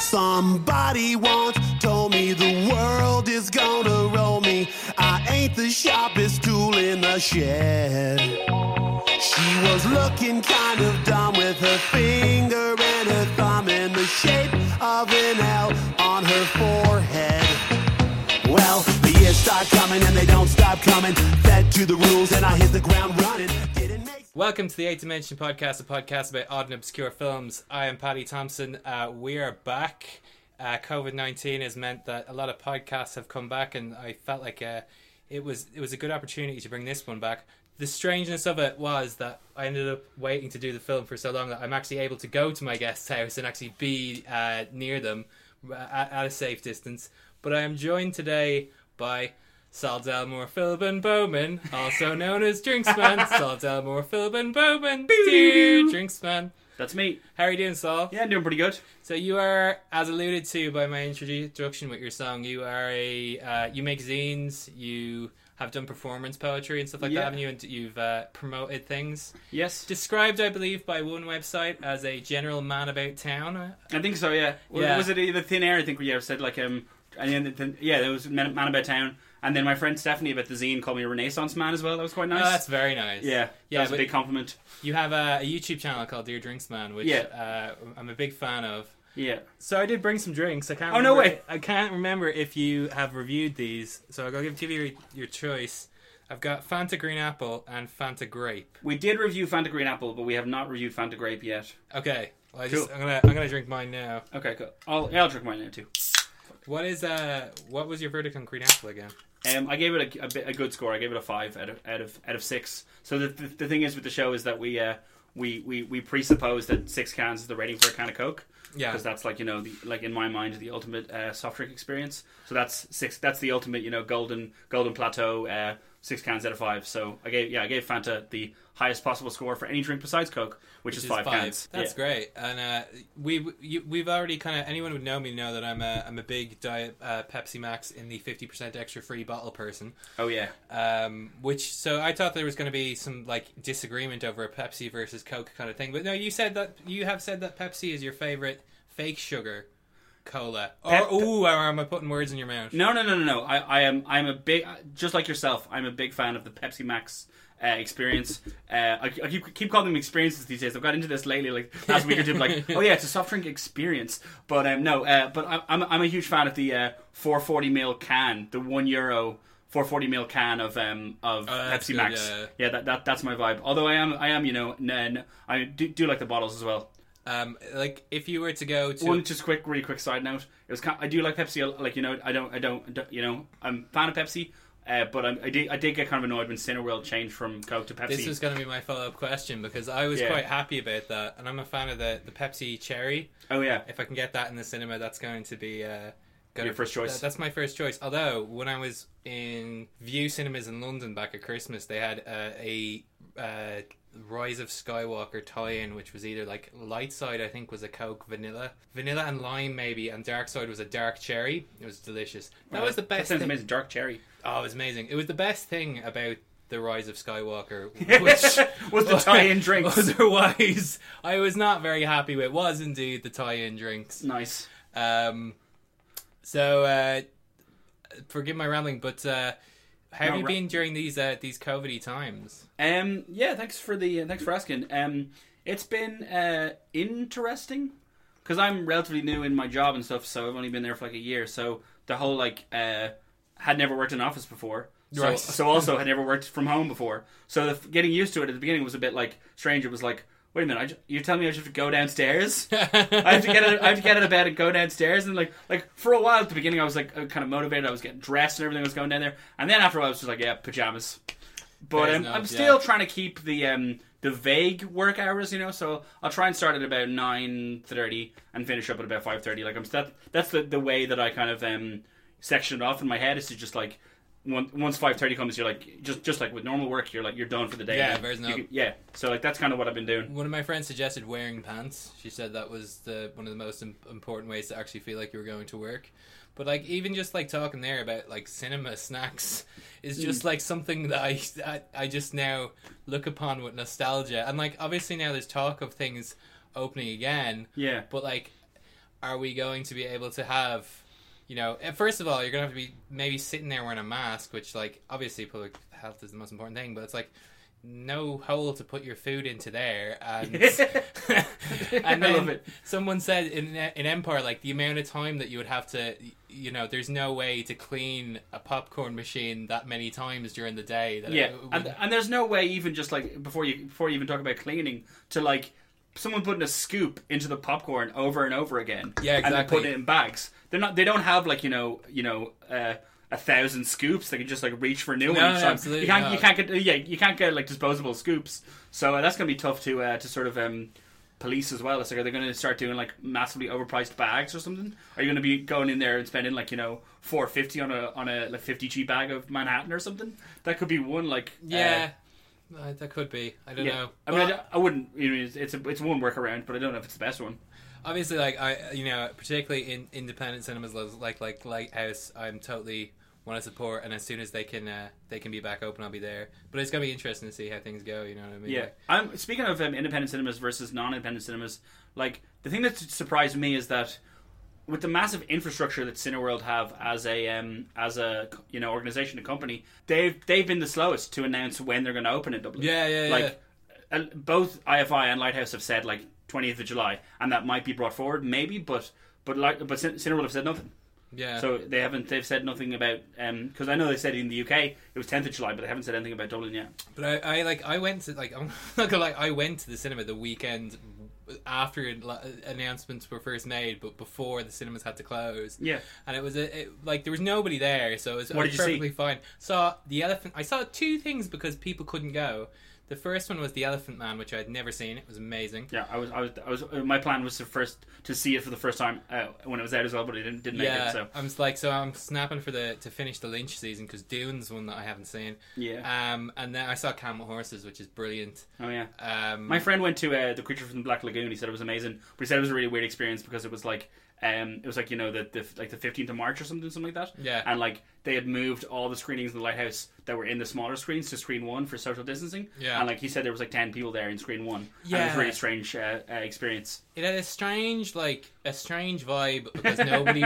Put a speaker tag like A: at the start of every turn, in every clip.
A: Somebody once told me the world is gonna roll me. I ain't the sharpest tool in the shed. She was looking kind of dumb with her finger and her thumb in the shape of an L on her forehead. Well, the years start coming and they don't stop coming. Fed to the rules and I hit the ground running. Didn't make
B: Welcome to the Eight Dimension Podcast, a podcast about odd and obscure films. I am Paddy Thompson. Uh, we are back. Uh, COVID nineteen has meant that a lot of podcasts have come back, and I felt like uh, it was it was a good opportunity to bring this one back. The strangeness of it was that I ended up waiting to do the film for so long that I'm actually able to go to my guest's house and actually be uh, near them uh, at, at a safe distance. But I am joined today by Sal Delmore Philbin Bowman, also known as Drinksman. Sal Delmore Philbin Bowman, dear Drinksman.
C: That's me.
B: How are you doing, Sal?
C: Yeah, I'm doing pretty good.
B: So you are, as alluded to by my introduction with your song, you are a uh, you make zines, you have done performance poetry and stuff like that,
C: Yeah.
B: haven't you? And you've uh, promoted things.
C: Yes.
B: Described, I believe, by one website as a general man about town. Uh,
C: I think so, yeah. W-
B: Yeah.
C: Was it either Thin Air, I think, where you said, like, um, and then, then, yeah, there was Man, Man About Town. And then my friend Stephanie about the zine called me a Renaissance Man as well. That was quite nice.
B: Oh, that's very nice.
C: yeah,
B: yeah.
C: that's a
B: But
C: big compliment.
B: you have a, a YouTube channel called Dear Drinksman, which
C: Yeah.
B: uh, I'm a big fan of.
C: Yeah.
B: So I did bring some drinks. I can't.
C: Oh, no
B: remember-
C: way.
B: I can't remember if you have reviewed these. So I'll give give you your, your choice. I've got Fanta Green Apple and Fanta Grape.
C: We did review Fanta Green Apple, but we have not reviewed Fanta Grape yet.
B: Okay. Well, I just,
C: Cool.
B: I'm gonna I'm gonna drink mine now.
C: Okay, cool. I'll, yeah, I'll drink mine now, too.
B: What is uh What was your verdict on Green Apple again?
C: Um, I gave it a, a, bit, a good score. I gave it a five out of out of out of six. So the, the, the thing is with the show is that we uh, we, we we presuppose that six cans is the rating for a can of Coke.
B: Yeah.
C: because that's like you know the, like in my mind the ultimate uh, soft drink experience. So that's six. That's the ultimate you know golden golden plateau. Uh, six cans out of five. So I gave yeah I gave Fanta the highest possible score for any drink besides Coke, which, is,
B: Which
C: five, cans.
B: That's
C: Yeah.
B: great. And uh, we you, we've already kind of anyone would know me know that I'm a I'm a big diet uh, Pepsi Max in the 50% extra free bottle person.
C: Oh yeah.
B: Um, which so I thought there was going to be some like disagreement over a Pepsi versus Coke kind of thing, but no, you said that you have said that Pepsi is your favorite fake sugar cola.
C: Pep-
B: or ooh, or am I putting words in your mouth?
C: No, no, no, no, no. I, I am. I'm a big, just like yourself. I'm a big fan of the Pepsi Max uh, experience. Uh, I, I keep, keep calling them experiences these days. I've got into this lately, like last week or two. Like, oh yeah, it's a soft drink experience. But um, no. Uh, but I, I'm, I'm a huge fan of the uh, 440 mil can, the one euro 440 mil can of um
B: Oh,
C: of
B: that's
C: Pepsi
B: good,
C: Max.
B: yeah.
C: Yeah, that, that that's my vibe. Although I am, I am, you know, n- n- I do, do like the bottles as well.
B: Um, like if you were to go to
C: One just quick, really quick side note. It was kind I do like Pepsi. a- Like you know, I don't, I don't, I don't- you know, I'm a fan of Pepsi. Uh, but I'm, I did, I did get kind of annoyed when Cineworld changed from Coke to Pepsi.
B: this is going to be my follow up question because I was
C: Yeah.
B: quite happy about that, and I'm a fan of the the Pepsi Cherry.
C: oh yeah,
B: If I can get that in the cinema, that's going to be uh, gonna,
C: Your first choice.
B: that- that's my first choice. Although when I was in View Cinemas in London back at Christmas, they had uh, a uh, Rise of Skywalker tie-in, which was either like light side, I think, was a Coke vanilla, vanilla and lime maybe, and dark side was a dark cherry. It was delicious. That was the
C: that
B: best.
C: sounds
B: thing-
C: amazing. Dark cherry
B: Oh, it was amazing. It was the best thing about the Rise of Skywalker, which
C: was the tie-in drinks.
B: Otherwise, I was not very happy with. Was indeed the tie-in drinks.
C: nice.
B: Um, so uh, forgive my rambling, but uh, how have
C: No,
B: you
C: ra-
B: been during these uh, these COVID times?
C: Um, yeah, thanks for the, thanks for asking. Um, it's been uh, interesting because I'm relatively new in my job and stuff, so I've only been there for like a year. So the whole like uh, had never worked in office before. So,
B: Right.
C: so also had never worked from home before. So the, getting used to it at the beginning was a bit like strange. It was like, wait a minute, I ju- you're telling me I just have to go downstairs? I have to get out, I have to get out of bed and go downstairs and like like for a while at the beginning I was like uh, kind of motivated. I was getting dressed and everything was going down there, and then after a while I was just like, yeah, pajamas. But
B: Fair
C: um,
B: enough,
C: I'm
B: yeah.
C: still trying to keep the um, the vague work hours, you know. So I'll try and start at about nine thirty and finish up at about five thirty. Like I'm that, that's the the way that I kind of um, section it off in my head is to just like. one- Once five thirty comes, you're like just just like with normal work, you're like you're done for the day.
B: Yeah,
C: Like,
B: there's
C: you
B: no-
C: can- yeah. So like that's kind of what I've been doing.
B: One of my friends suggested wearing pants. She said that was the one of the most im- important ways to actually feel like you were going to work. But like even just like talking there about like cinema snacks is
C: Mm.
B: just like something that I, I I just now look upon with nostalgia. And like obviously now there's talk of things opening again.
C: Yeah.
B: But like are we going to be able to have? You know, eh, first of all, you're gonna have to be maybe sitting there wearing a mask, which like obviously public health is the most important thing, but it's like no hole to put your food into there and and
C: I
B: then
C: love it.
B: someone said in in Empire, like the amount of time that you would have to, you know, there's no way to clean a popcorn machine that many times during the day. That
C: Yeah,
B: it would-
C: and, and there's no way even just like before you before you even talk about cleaning to like someone putting a scoop into the popcorn over and over again.
B: Yeah,
C: And then
B: exactly.
C: putting it in bags. They're not. They don't have like you know you know uh, a thousand scoops. They can just like reach for new
B: No,
C: ones.
B: no,
C: So
B: absolutely
C: You can't.
B: not.
C: You can't get. Yeah, you can't get like disposable scoops. So uh, that's gonna be tough to uh, to sort of. Um, Police as well. It's like, are they going to start doing like massively overpriced bags or something? Are you going to be going in there and spending like you know four fifty on a on a like fifty g bag of Manhattan or something? That could be one like uh,
B: yeah, Uh, that could be. I don't know.
C: I mean,
B: Well,
C: I, d- I wouldn't. You know, it's it's, a, it's one workaround, but I don't know if it's the best one.
B: obviously like i you know particularly in independent cinemas lo- like like lighthouse i'm totally want to support and as soon as they can uh, they can be back open i'll be there but it's gonna be interesting to see how things go you know what i mean
C: Yeah,
B: Like,
C: I'm speaking of um, independent cinemas versus non-independent cinemas. Like the thing that surprised me is that with the massive infrastructure that Cineworld have as a um, as a you know organization and company, they've they've been the slowest to announce when they're going to open in Dublin.
B: Yeah, yeah, yeah.
C: Like uh, both IFI and Lighthouse have said like 20th of July, and that might be brought forward, maybe, but but like but Cin- Cineworld have said nothing.
B: yeah
C: So they haven't. They've said nothing about because I know they said in the UK it was 10th of July, but they haven't said anything about Dublin yet.
B: but I, I like i went to like i'm not gonna lie i went to the cinema the weekend after it- like, announcements were first made but before the cinemas had to close
C: Yeah.
B: and it was a, it, like there was nobody there, so it was,
C: What
B: it was
C: did you see?
B: perfectly fine. Saw the elephant. I saw two things because people couldn't go. The first one was the Elephant Man, which I had never seen. It was amazing.
C: Yeah, I was, I was, I was. uh, My plan was to first to see it for the first time uh, when it was out as well, but it didn't, didn't make it. So
B: I'm s- like, so I'm snapping for the to finish the Lynch season because Dune's one that I haven't seen.
C: Yeah.
B: Um, and then I saw Camel Horses, which is brilliant.
C: oh yeah,
B: Um,
C: my friend went to uh, the Creature from the Black Lagoon. He said it was amazing, but he said it was a really weird experience because it was like, um, it was like you know the, the like the fifteenth of March or something, something like that.
B: Yeah.
C: and like they had moved all the screenings in the lighthouse that were in the smaller screens to screen one for social distancing.
B: Yeah.
C: and like he said there was like ten people there in screen one. and it was
B: Yeah.
C: a really strange uh, uh, experience.
B: it had a strange, like a strange vibe because nobody,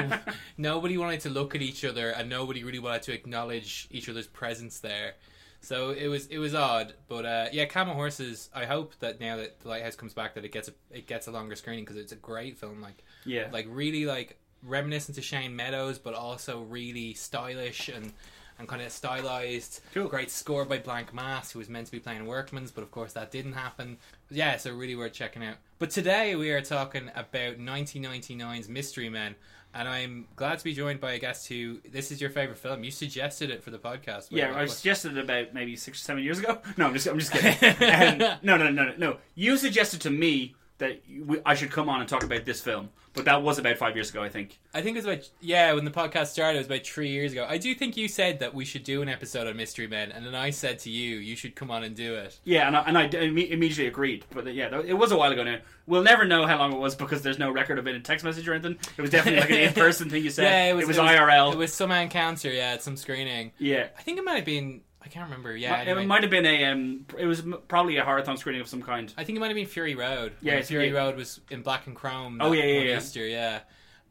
B: nobody wanted to look at each other and nobody really wanted to acknowledge each other's presence there. So it was it was odd, but uh, yeah, Camel Horses. I hope that now that the Lighthouse comes back, that it gets a, it gets a longer screening because it's a great film. Like
C: Yeah,
B: like really like reminiscent to Shane Meadows, but also really stylish and and kind of stylized.
C: Cool.
B: Great score by Blank Mass, who was meant to be playing Workman's, but of course that didn't happen. Yeah, so really worth checking out. But today we are talking about 1999's Mystery Men, and I'm glad to be joined by a guest who this is your favorite film. You suggested it for the podcast.
C: Yeah,
B: Wait,
C: I
B: what-
C: suggested it about maybe six or seven years ago. No, I'm just, I'm just kidding. um, no, no, no, no, no. You suggested to me that you- we, I should come on and talk about this film, but that was about five years ago, I think.
B: I think it was about yeah when the podcast started. It was about three years ago. I do think you said that we should do an episode on Mystery Men, and then I said to you, you should come on and do it.
C: Yeah, and I, and I d- imme- immediately agreed. But yeah, that- it was a while ago now. We'll never know how long it was because there's no record of it in text message or anything. It was definitely like an in-person thing you said.
B: Yeah, it was,
C: IRL.
B: It was some encounter, yeah, at some screening.
C: yeah.
B: I think it might have been. I can't remember. Yeah,
C: Mi-
B: anyway.
C: It might have been a. Um, it was m- probably a horathon screening of some kind.
B: I think it might have been Fury Road.
C: Yeah,
B: when
C: it's-
B: Fury
C: yeah.
B: Road was in black and chrome.
C: Oh,
B: that
C: yeah, yeah,
B: one
C: yeah.
B: Easter, yeah.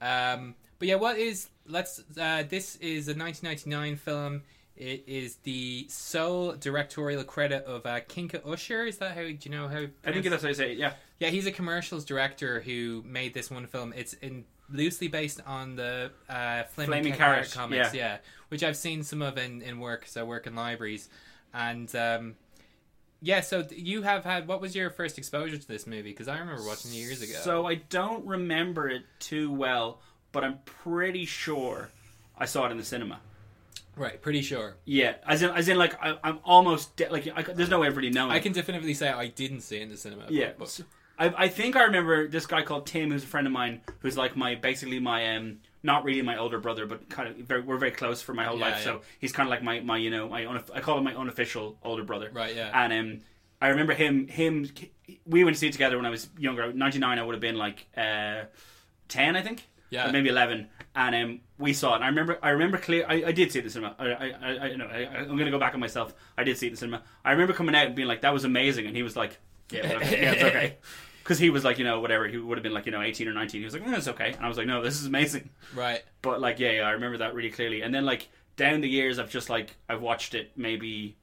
B: Um, but yeah, what is? Let's. Uh, this is a 1999 film. It is the sole directorial credit of uh, Kinka Usher. Is that how do you know how?
C: I think that's how you say it. Yeah.
B: Yeah, he's a commercials director who made this one film. It's in loosely based on the uh, Flaming,
C: Flaming
B: Ca-
C: Carrot,
B: comics,
C: yeah.
B: yeah. which I've seen some of in, in work. So I work in libraries, and um, yeah. So th- you have had what was your first exposure to this movie? Because I remember watching it years ago.
C: So I don't remember it too well, but I'm pretty sure I saw it in the cinema.
B: right, pretty sure.
C: Yeah, as in, as in, like I, I'm almost de- like I, there's no way of really knowing.
B: I can definitely say I didn't see it in the cinema.
C: Yeah,
B: but-
C: so- I, I think I remember this guy called Tim, who's a friend of mine, who's like my basically my um not really my older brother, but kind of very, we're very close for my whole
B: Yeah,
C: life.
B: yeah.
C: So he's kind of like my my you know my unof- I call him my unofficial older brother.
B: Right, yeah.
C: And um, I remember him him we went to see it together when I was younger. Ninety nine, I would have been like uh ten, I think.
B: Yeah.
C: Or maybe eleven. And um, we saw it. And I remember I remember clear. I, I did see it in the cinema. I I I, I, no, I I'm gonna go back on myself. I did see it in the cinema. I remember coming out and being like that was amazing, and he was like. Yeah, whatever. yeah, it's okay. because he was like, you know, whatever. He would have been like, you know, eighteen or nineteen. He was like, "Eh, it's okay. And I was like, no, this is amazing.
B: Right.
C: But like, yeah, yeah, I remember that really clearly. And then like down the years, I've just like I've watched it maybe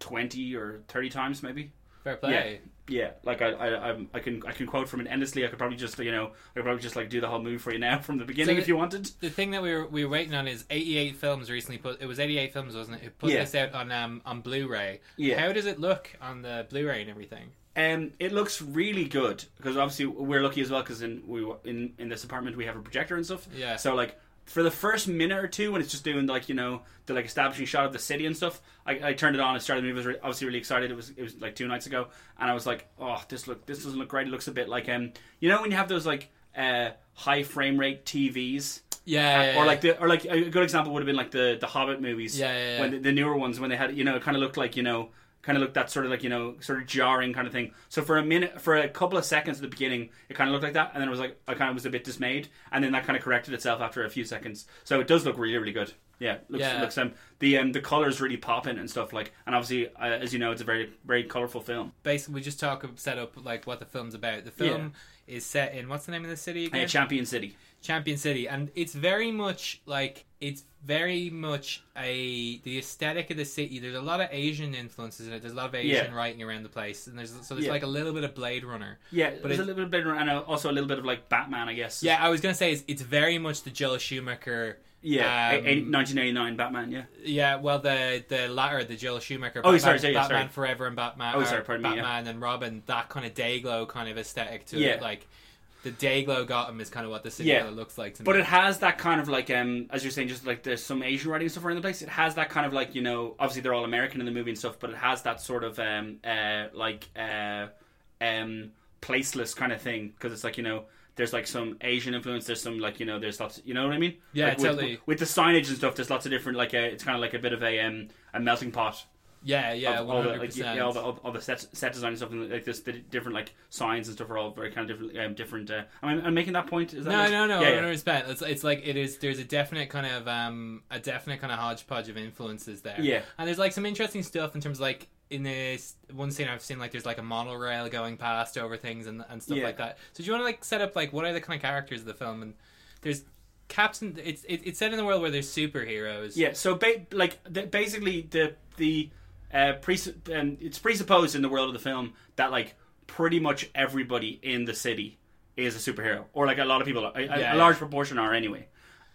C: twenty or thirty times, maybe.
B: Fair play.
C: Yeah, yeah. Like I, I, I'm- I can, I can quote from it endlessly. I could probably just, you know, I could probably just like do the whole movie for you now from the beginning
B: So
C: if you wanted.
B: The thing that we were we were waiting on is 88 films recently put. It was 88 films, wasn't it? Who put
C: Yeah.
B: this out on um on Blu-ray?
C: Yeah.
B: How does it look on the Blu-ray and everything?
C: Um, it looks really good because obviously we're lucky as well because in we in in this apartment we have a projector and stuff.
B: Yeah.
C: So like for the first minute or two when it's just doing like you know the like establishing shot of the city and stuff, I, I turned it on and started the movie. I was re- obviously really excited. It was it was like two nights ago, and I was like, oh, this look this doesn't look great. It looks a bit like um you know when you have those like uh high frame rate TVs.
B: Yeah. yeah,
C: Uh, or
B: yeah.
C: like the or like a good example would have been like the the Hobbit movies.
B: Uh, Yeah, yeah, yeah.
C: When the, the newer ones when they had you know it kind of looked like you know kind of looked that sort of like you know sort of jarring kind of thing. So for a minute for a couple of seconds at the beginning it kind of looked like that, and then it was like I kind of was a bit dismayed, and then that kind of corrected itself after a few seconds. So it does look really really good. Yeah, it looks
B: Yeah.
C: looks um the um the colors really popping and stuff like, and obviously uh, as you know it's a very very colorful film.
B: basically we just talk set up like what the film's about. The film is set in what's the name of the city
C: Uh,
B: again?
C: Champion City.
B: Champion City, and it's very much like it's very much a the aesthetic of the city. There's a lot of Asian influences in it. There's a lot of Asian
C: Yeah.
B: writing around the place, and there's so there's
C: Yeah.
B: like a little bit of Blade Runner.
C: Yeah,
B: But
C: but it's
B: it-
C: a little bit and uh, also a little bit of like Batman, I guess.
B: Yeah, I was gonna say it's, it's very much the Joel Schumacher.
C: yeah,
B: um,
C: nineteen eighty nine Batman. Yeah.
B: Yeah, well, the the latter, the Joel Schumacher.
C: Oh,
B: Batman,
C: sorry, sorry, yeah,
B: Batman
C: sorry.
B: Forever and Batman.
C: Oh,
B: or
C: sorry, pardon me, yeah.
B: Batman and Robin. That kind of day glow kind of aesthetic to
C: Yeah.
B: it, like the day glow Gotham is kind of what the city
C: Yeah.
B: kinda looks like to
C: But
B: me.
C: it has that kind of like, um, as you're saying, just like there's some Asian writing and stuff around the place. It has that kind of like, you know, obviously they're all American in the movie and stuff, but it has that sort of um, uh, like, uh, um, placeless kind of thing because it's like you know, there's like some Asian influence. There's some like you know, there's lots. You know what I mean?
B: Yeah,
C: Like, with-
B: totally.
C: With, the signage and stuff, there's lots of different like, uh it's kind of like a bit of a um, a melting pot.
B: yeah, yeah,
C: of all
B: one
C: the
B: hundred
C: like, yeah, all the,
B: percent.
C: all, all the set, set design and stuff, and like this, the different like signs and stuff are all very kind of different. Um, different. Uh, am I I'm making that point? Is that
B: No,
C: it?
B: no, no.
C: Yeah,
B: I
C: yeah.
B: understand. It's, it's like it is. There's a definite kind of um a definite kind of hodgepodge of influences there.
C: Yeah.
B: and there's like some interesting stuff in terms of like in this one scene I've seen like there's like a monorail going past over things and and stuff
C: Yeah.
B: like that. So do you want to like set up like what are the kind of characters of the film and there's Captain. It's it, it's set in the world where there's superheroes.
C: Yeah. So ba- like the, basically the the uh, pres- um, it's presupposed in the world of the film that like pretty much everybody in the city is a superhero, or like a lot of people, a, a- a
B: Yeah,
C: large proportion are anyway.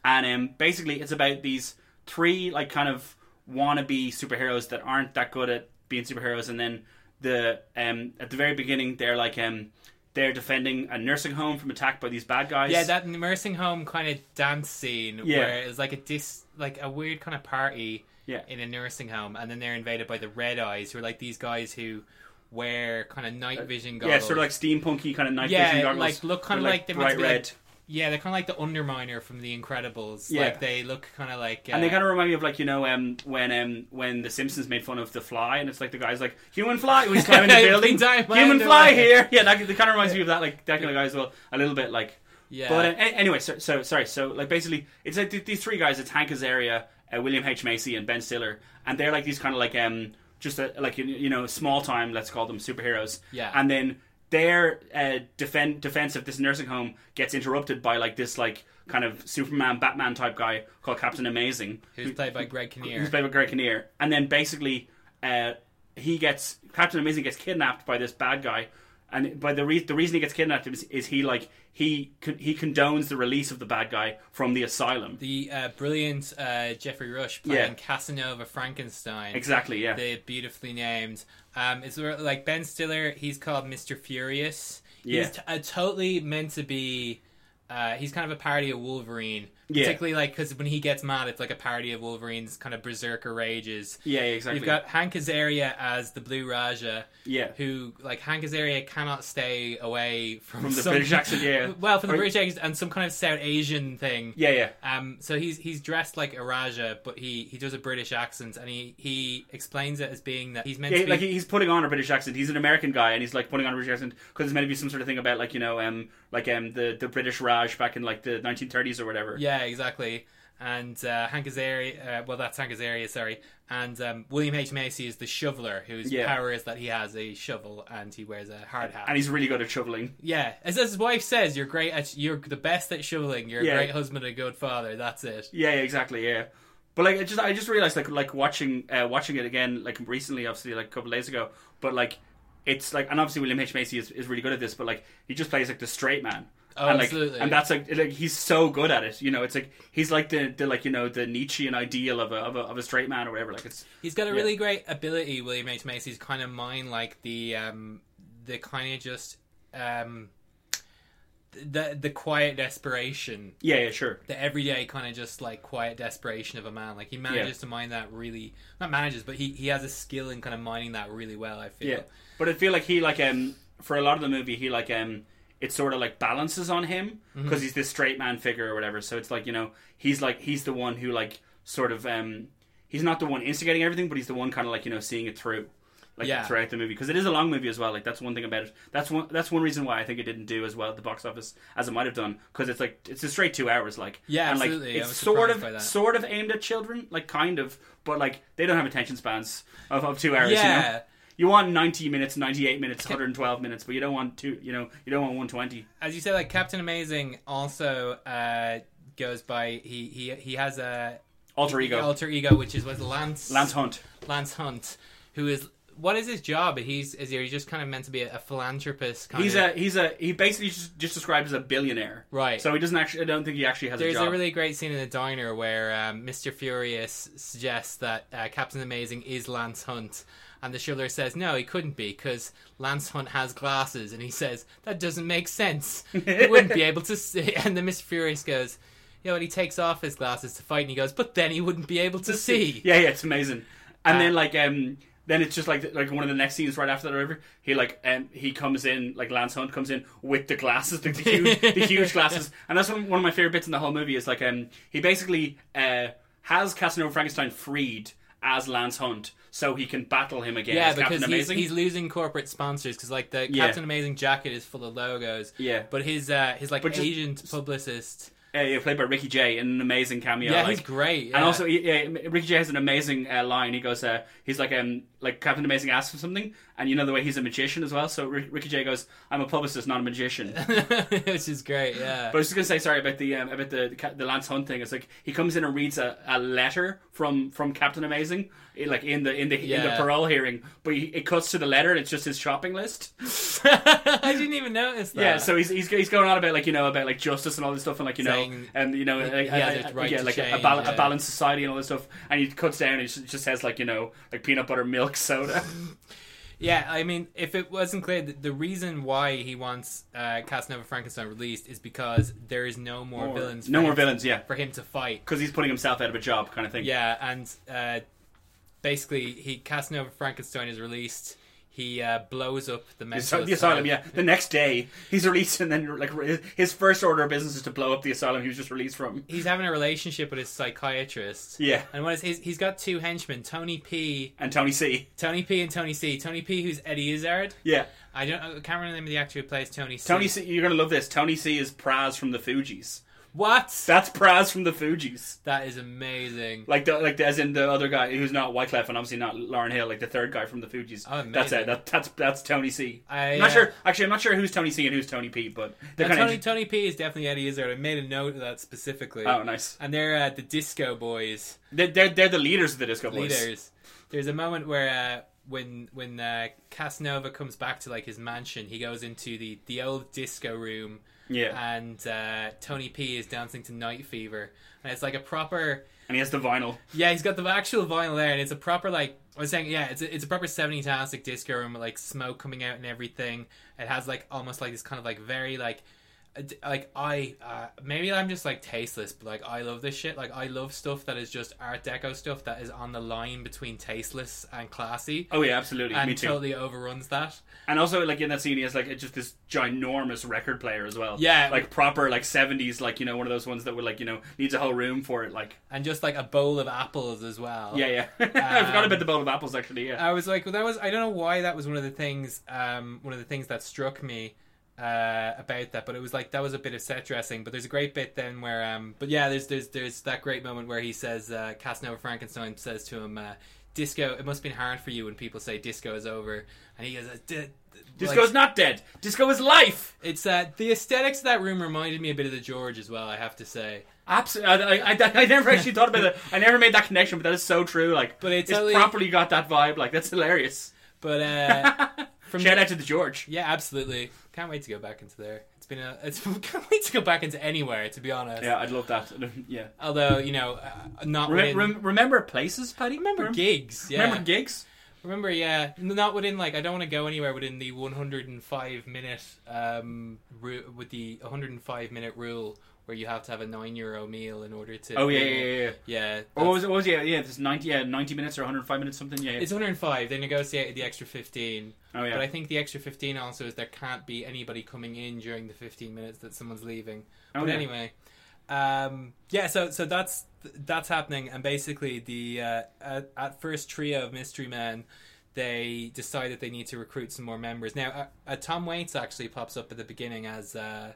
C: And um, basically, it's about these three like kind of wannabe superheroes that aren't that good at being superheroes, and then the um at the very beginning they're like um they're defending a nursing home from attack by these bad guys.
B: Yeah, that nursing home kind of dance scene
C: Yeah.
B: where it's like a dis, like a weird kind of party
C: Yeah.
B: in a nursing home, and then they're invaded by the red eyes, who are like these guys who wear kind of night vision goggles.
C: Uh, yeah, sort of like steampunky kind of night
B: Yeah,
C: vision goggles.
B: like, look kinda
C: with,
B: like they meant
C: bright
B: to be, like,
C: red.
B: yeah, they're kind of like the Underminer from The Incredibles.
C: Yeah.
B: Like they look kind of like uh,
C: And they kind of remind me of like you know um, when um, when the Simpsons made fun of the fly, and it's like the guy's like human fly, we climb in the building,
B: Big time
C: human
B: fly.
C: fly here. Yeah, that, that kind of reminds me of that like that kind of guy as well, a little bit like.
B: yeah.
C: But uh, a- anyway, so, so sorry, so like basically, it's like th- these three guys: it's Hank Azaria, uh, William H Macy, and Ben Stiller, and they're like these kind of like um just uh like you- you know small time, let's call them superheroes.
B: Yeah.
C: And then their uh, defend defense of this nursing home gets interrupted by like this like kind of Superman, Batman type guy called Captain Amazing,
B: who's played by Greg Kinnear.
C: He's played by Greg Kinnear, and then basically uh, he gets Captain Amazing gets kidnapped by this bad guy, and by the re- the reason he gets kidnapped is, is he like he con- he condones the release of the bad guy from the asylum.
B: the uh, brilliant uh, Jeffrey Rush playing
C: Yeah.
B: Casanova Frankenstein.
C: exactly, yeah,
B: They're beautifully named. Um, it's where, like Ben Stiller. He's called Mister Furious.
C: Yeah.
B: He's t- uh, totally meant to be. Uh, he's kind of a parody of Wolverine,
C: Yeah.
B: particularly like because when he gets mad, it's like a parody of Wolverine's kind of berserker rages.
C: yeah, yeah, exactly.
B: You've got Hank Azaria as the Blue Raja,
C: yeah.
B: who like Hank Azaria cannot stay away from,
C: From the
B: some-
C: British accent, yeah.
B: well, from the
C: Or-
B: British accent and some kind of South Asian thing.
C: yeah, yeah,
B: Um, so he's he's dressed like a Raja, but he, he does a British accent, and he, he explains it as being that he's meant to
C: yeah.
B: be
C: Like he- he's putting on a British accent. He's an American guy, and he's like putting on a British accent because it's meant to be some sort of thing about like you know um like um the the British Raj back in like the 1930s or whatever.
B: yeah exactly. and uh, Hank Azaria. Uh, well, that's Hank Azaria, sorry. And um, William H Macy is the shoveler, whose
C: Yeah.
B: power is that he has a shovel and he wears a hard hat.
C: and he's really good at shoveling.
B: yeah, as as his wife says, you're great at you're the best at shoveling. You're a
C: Yeah.
B: great husband, and good father. That's it.
C: Yeah, yeah, exactly. Yeah, but like, I just I just realized like like watching uh, watching it again like recently, obviously like a couple days ago. But like, it's like, and obviously William H Macy is, is really good at this. But like, he just plays like the straight man.
B: Oh,
C: and, like,
B: absolutely.
C: And that's like, it- like he's so good at it. You know, it's like he's like the, the like you know the Nietzschean ideal of a, of a of a straight man or whatever. Like it's
B: He's got a
C: Yeah.
B: really great ability, William H Macy's kind of mind like the um the kind of just um the the quiet desperation,
C: yeah, yeah, sure.
B: the everyday kind of just like quiet desperation of a man. Like he manages to mind that really not manages, but he he has a skill in kind of mining that really well. I feel.
C: Yeah, but I feel like he like um for a lot of the movie he like um it sort of like balances on him
B: Mm-hmm.
C: because he's this straight man figure or whatever. So it's like you know he's like he's the one who like sort of um he's not the one instigating everything, but he's the one kind of like you know seeing it through. Like
B: Yeah.
C: throughout the movie because it is a long movie as well. Like that's one thing about it. That's one. That's one reason why I think it didn't do as well at the box office as it might have done because it's like it's a straight two hours. Like
B: Yeah,
C: and, like,
B: absolutely. I
C: It's
B: was
C: sort
B: surprised
C: of
B: by that.
C: sort of aimed at children, like kind of, but like they don't have attention spans of, of two hours. You know?
B: Yeah.
C: You want 90 minutes, 98 minutes, 112 minutes, but you don't want two, you know, you don't want 120.
B: as you said, like Captain Amazing also uh goes by he he he has a
C: Alter ego.
B: alter ego, which is was Lance
C: Lance Hunt.
B: Lance Hunt, who is what is his job? He's is he just kind of meant to be a, a philanthropist? Kind
C: He's
B: of.
C: a he's a he basically just, just described as a billionaire.
B: Right.
C: So he doesn't actually I don't think he actually has
B: There's
C: a job.
B: a really great scene in the diner where um, Mr. Furious suggests that uh, Captain Amazing is Lance Hunt, and the shoveler says no, he couldn't be because Lance Hunt has glasses, and he says that doesn't make sense. he wouldn't be able to see. And then Mr. Furious goes. Yeah, when he takes off his glasses to fight, and he goes, but then he wouldn't be able to see. Uh,
C: Yeah, yeah, it's amazing. And then like um then it's just like like one of the next scenes right after that or whatever, he like um he comes in like Lance Hunt comes in with the glasses, the, the huge the huge glasses. And that's one one of my favorite bits in the whole movie is like um he basically uh has Casanova Frankenstein freed as Lance Hunt so he can battle him again
B: Yeah,
C: as Captain
B: because he's,
C: Amazing.
B: he's losing corporate sponsors because like the
C: Yeah.
B: Captain Amazing jacket is full of logos.
C: Yeah.
B: but his uh, his like
C: But just-
B: agent publicist.
C: Uh, yeah, played by Ricky Jay in an amazing cameo.
B: Yeah,
C: like-
B: he's great. yeah.
C: And also, he- yeah, Ricky Jay has an amazing uh, line. He goes, uh, he's like, um, like Captain Amazing asks for something, and you know the way he's a magician as well. So Rick- Ricky Jay goes, "I'm a publicist, not a magician." but
B: which is great. Yeah,
C: I was just gonna say sorry about the um, about the, the Ca- the Lance Hunt thing. It's like he comes in and reads a, a letter from from Captain Amazing, eh, like in the in the in the
B: Yeah.
C: parole hearing. But he, it cuts to the letter, and it's just his shopping list.
B: I didn't even notice that.
C: Yeah, so he's, he's he's going on about like you know about like justice and all this stuff and like you know
B: Saying
C: and you know like,
B: has a
C: uh,
B: right
C: yeah
B: to
C: like a,
B: change,
C: bal-
B: yeah.
C: a balanced society and all this stuff and he cuts down and it just- just says like you know like peanut butter milk soda.
B: yeah, I mean, if it wasn't clear, the, the reason why he wants uh, Casanova Frankenstein released is because there is no more,
C: Or-
B: villains.
C: no
B: for
C: more
B: him-
C: villains, yeah,
B: for him to fight.
C: because he's putting himself out of a job kind of thing.
B: Yeah, and uh, basically, he Casanova Frankenstein is released. He uh, blows up the mental
C: So, the asylum, yeah. The next day, he's released, and then like re- his first order of business is to blow up the asylum he was just released from.
B: He's having a relationship with his psychiatrist.
C: Yeah,
B: And what is his, he's got two henchmen, Tony P,
C: and Tony C.
B: Tony P and Tony C. Tony P, who's Eddie Izzard.
C: Yeah,
B: I don't, I can't remember the name of the actor who plays Tony C.
C: Tony C. You're gonna love this. Tony C. is Praz from the Fugees.
B: What?
C: That's Praz from the Fugees.
B: That is amazing.
C: Like the like the, as in the other guy who's not Wyclef and obviously not Lauren Hill, like the third guy from the Fugees.
B: Oh, amazing.
C: that's it. That, that's that's Tony C.
B: I,
C: am not
B: uh,
C: sure. Actually, I'm not sure who's Tony C and who's Tony P. But they're
B: And
C: kind
B: Tony,
C: of
B: Tony P is definitely Eddie Izzard. I made a note of that specifically.
C: oh nice.
B: And they're uh, the Disco Boys.
C: They're, they're they're the leaders of the Disco Boys.
B: leaders. There's a moment where uh, when when uh, Casanova comes back to like his mansion, he goes into the the old disco room,
C: Yeah,
B: and uh, Tony P is dancing to Night Fever, and it's like a proper
C: and he has the vinyl.
B: yeah, he's got the actual vinyl there, and it's a proper like I was saying yeah, it's a, it's a proper 70s tastic disco room with like smoke coming out and everything. It has like almost like this kind of like very like. uh, d- Like I, uh, maybe I'm just like tasteless, but like I love this shit. Like I love stuff that is just Art Deco stuff that is on the line between tasteless and classy,
C: Oh yeah, absolutely. Me
B: and
C: too.
B: totally overruns that.
C: And also like in that scene, he has like it's just this ginormous record player as well.
B: Yeah.
C: like proper like 70s, like you know one of those ones that would like you know needs a whole room for it. Like
B: And just like a bowl of apples as well.
C: yeah, yeah. I
B: Um,
C: forgot about the bowl of apples
B: uh,
C: actually. Yeah.
B: I was like, well, that was I don't know why that was one of the things um one of the things that struck me uh, about that, but it was like that was a bit of set dressing. But there's a great bit then where, um, but yeah, there's there's there's that great moment where he says, uh, Casanova Frankenstein says to him, uh, "Disco, it must have been hard for you when people say disco is over," and he goes, "Uh, di-
C: Disco
B: like-
C: is not dead. Disco is life.
B: It's uh, the aesthetics of that room reminded me a bit of the George as well. I have to say,
C: Absolutely. I, I, I never actually thought about that. I never made that connection, but that is so true. Like,
B: But it
C: it's
B: totally-
C: properly got that vibe. Like, that's hilarious.
B: but uh, from
C: Shout out to the George.
B: yeah, absolutely, can't wait to go back into there. It's been a, it's can't wait to go back into anywhere to be honest.
C: Yeah, I'd love that. yeah.
B: Although you know, uh, not
C: Rem-
B: within,
C: rem- remember places, Paddy?
B: remember
C: Rem-
B: gigs. Yeah.
C: Remember gigs?
B: Remember, yeah, not within like I don't want to go anywhere within the 105 minute um ru- with the 105 minute rule where you have to have a nine euro meal in order to.
C: Oh, yeah, yeah, yeah. yeah.
B: yeah.
C: Or
B: that's-
C: what was it? What was it? Yeah, yeah, this 90, yeah, 90 minutes or 105 minutes, something. Yeah, yeah.
B: It's 105. They negotiated the extra 15.
C: oh, yeah.
B: But I think the extra 15 also is there can't be anybody coming in during the 15 minutes that someone's leaving.
C: Oh,
B: but
C: yeah.
B: anyway, um, yeah, so so that's that's happening, and basically the uh, at, at first trio of Mystery Men, they decide that they need to recruit some more members. Now, uh, uh, Tom Waits actually pops up at the beginning as uh,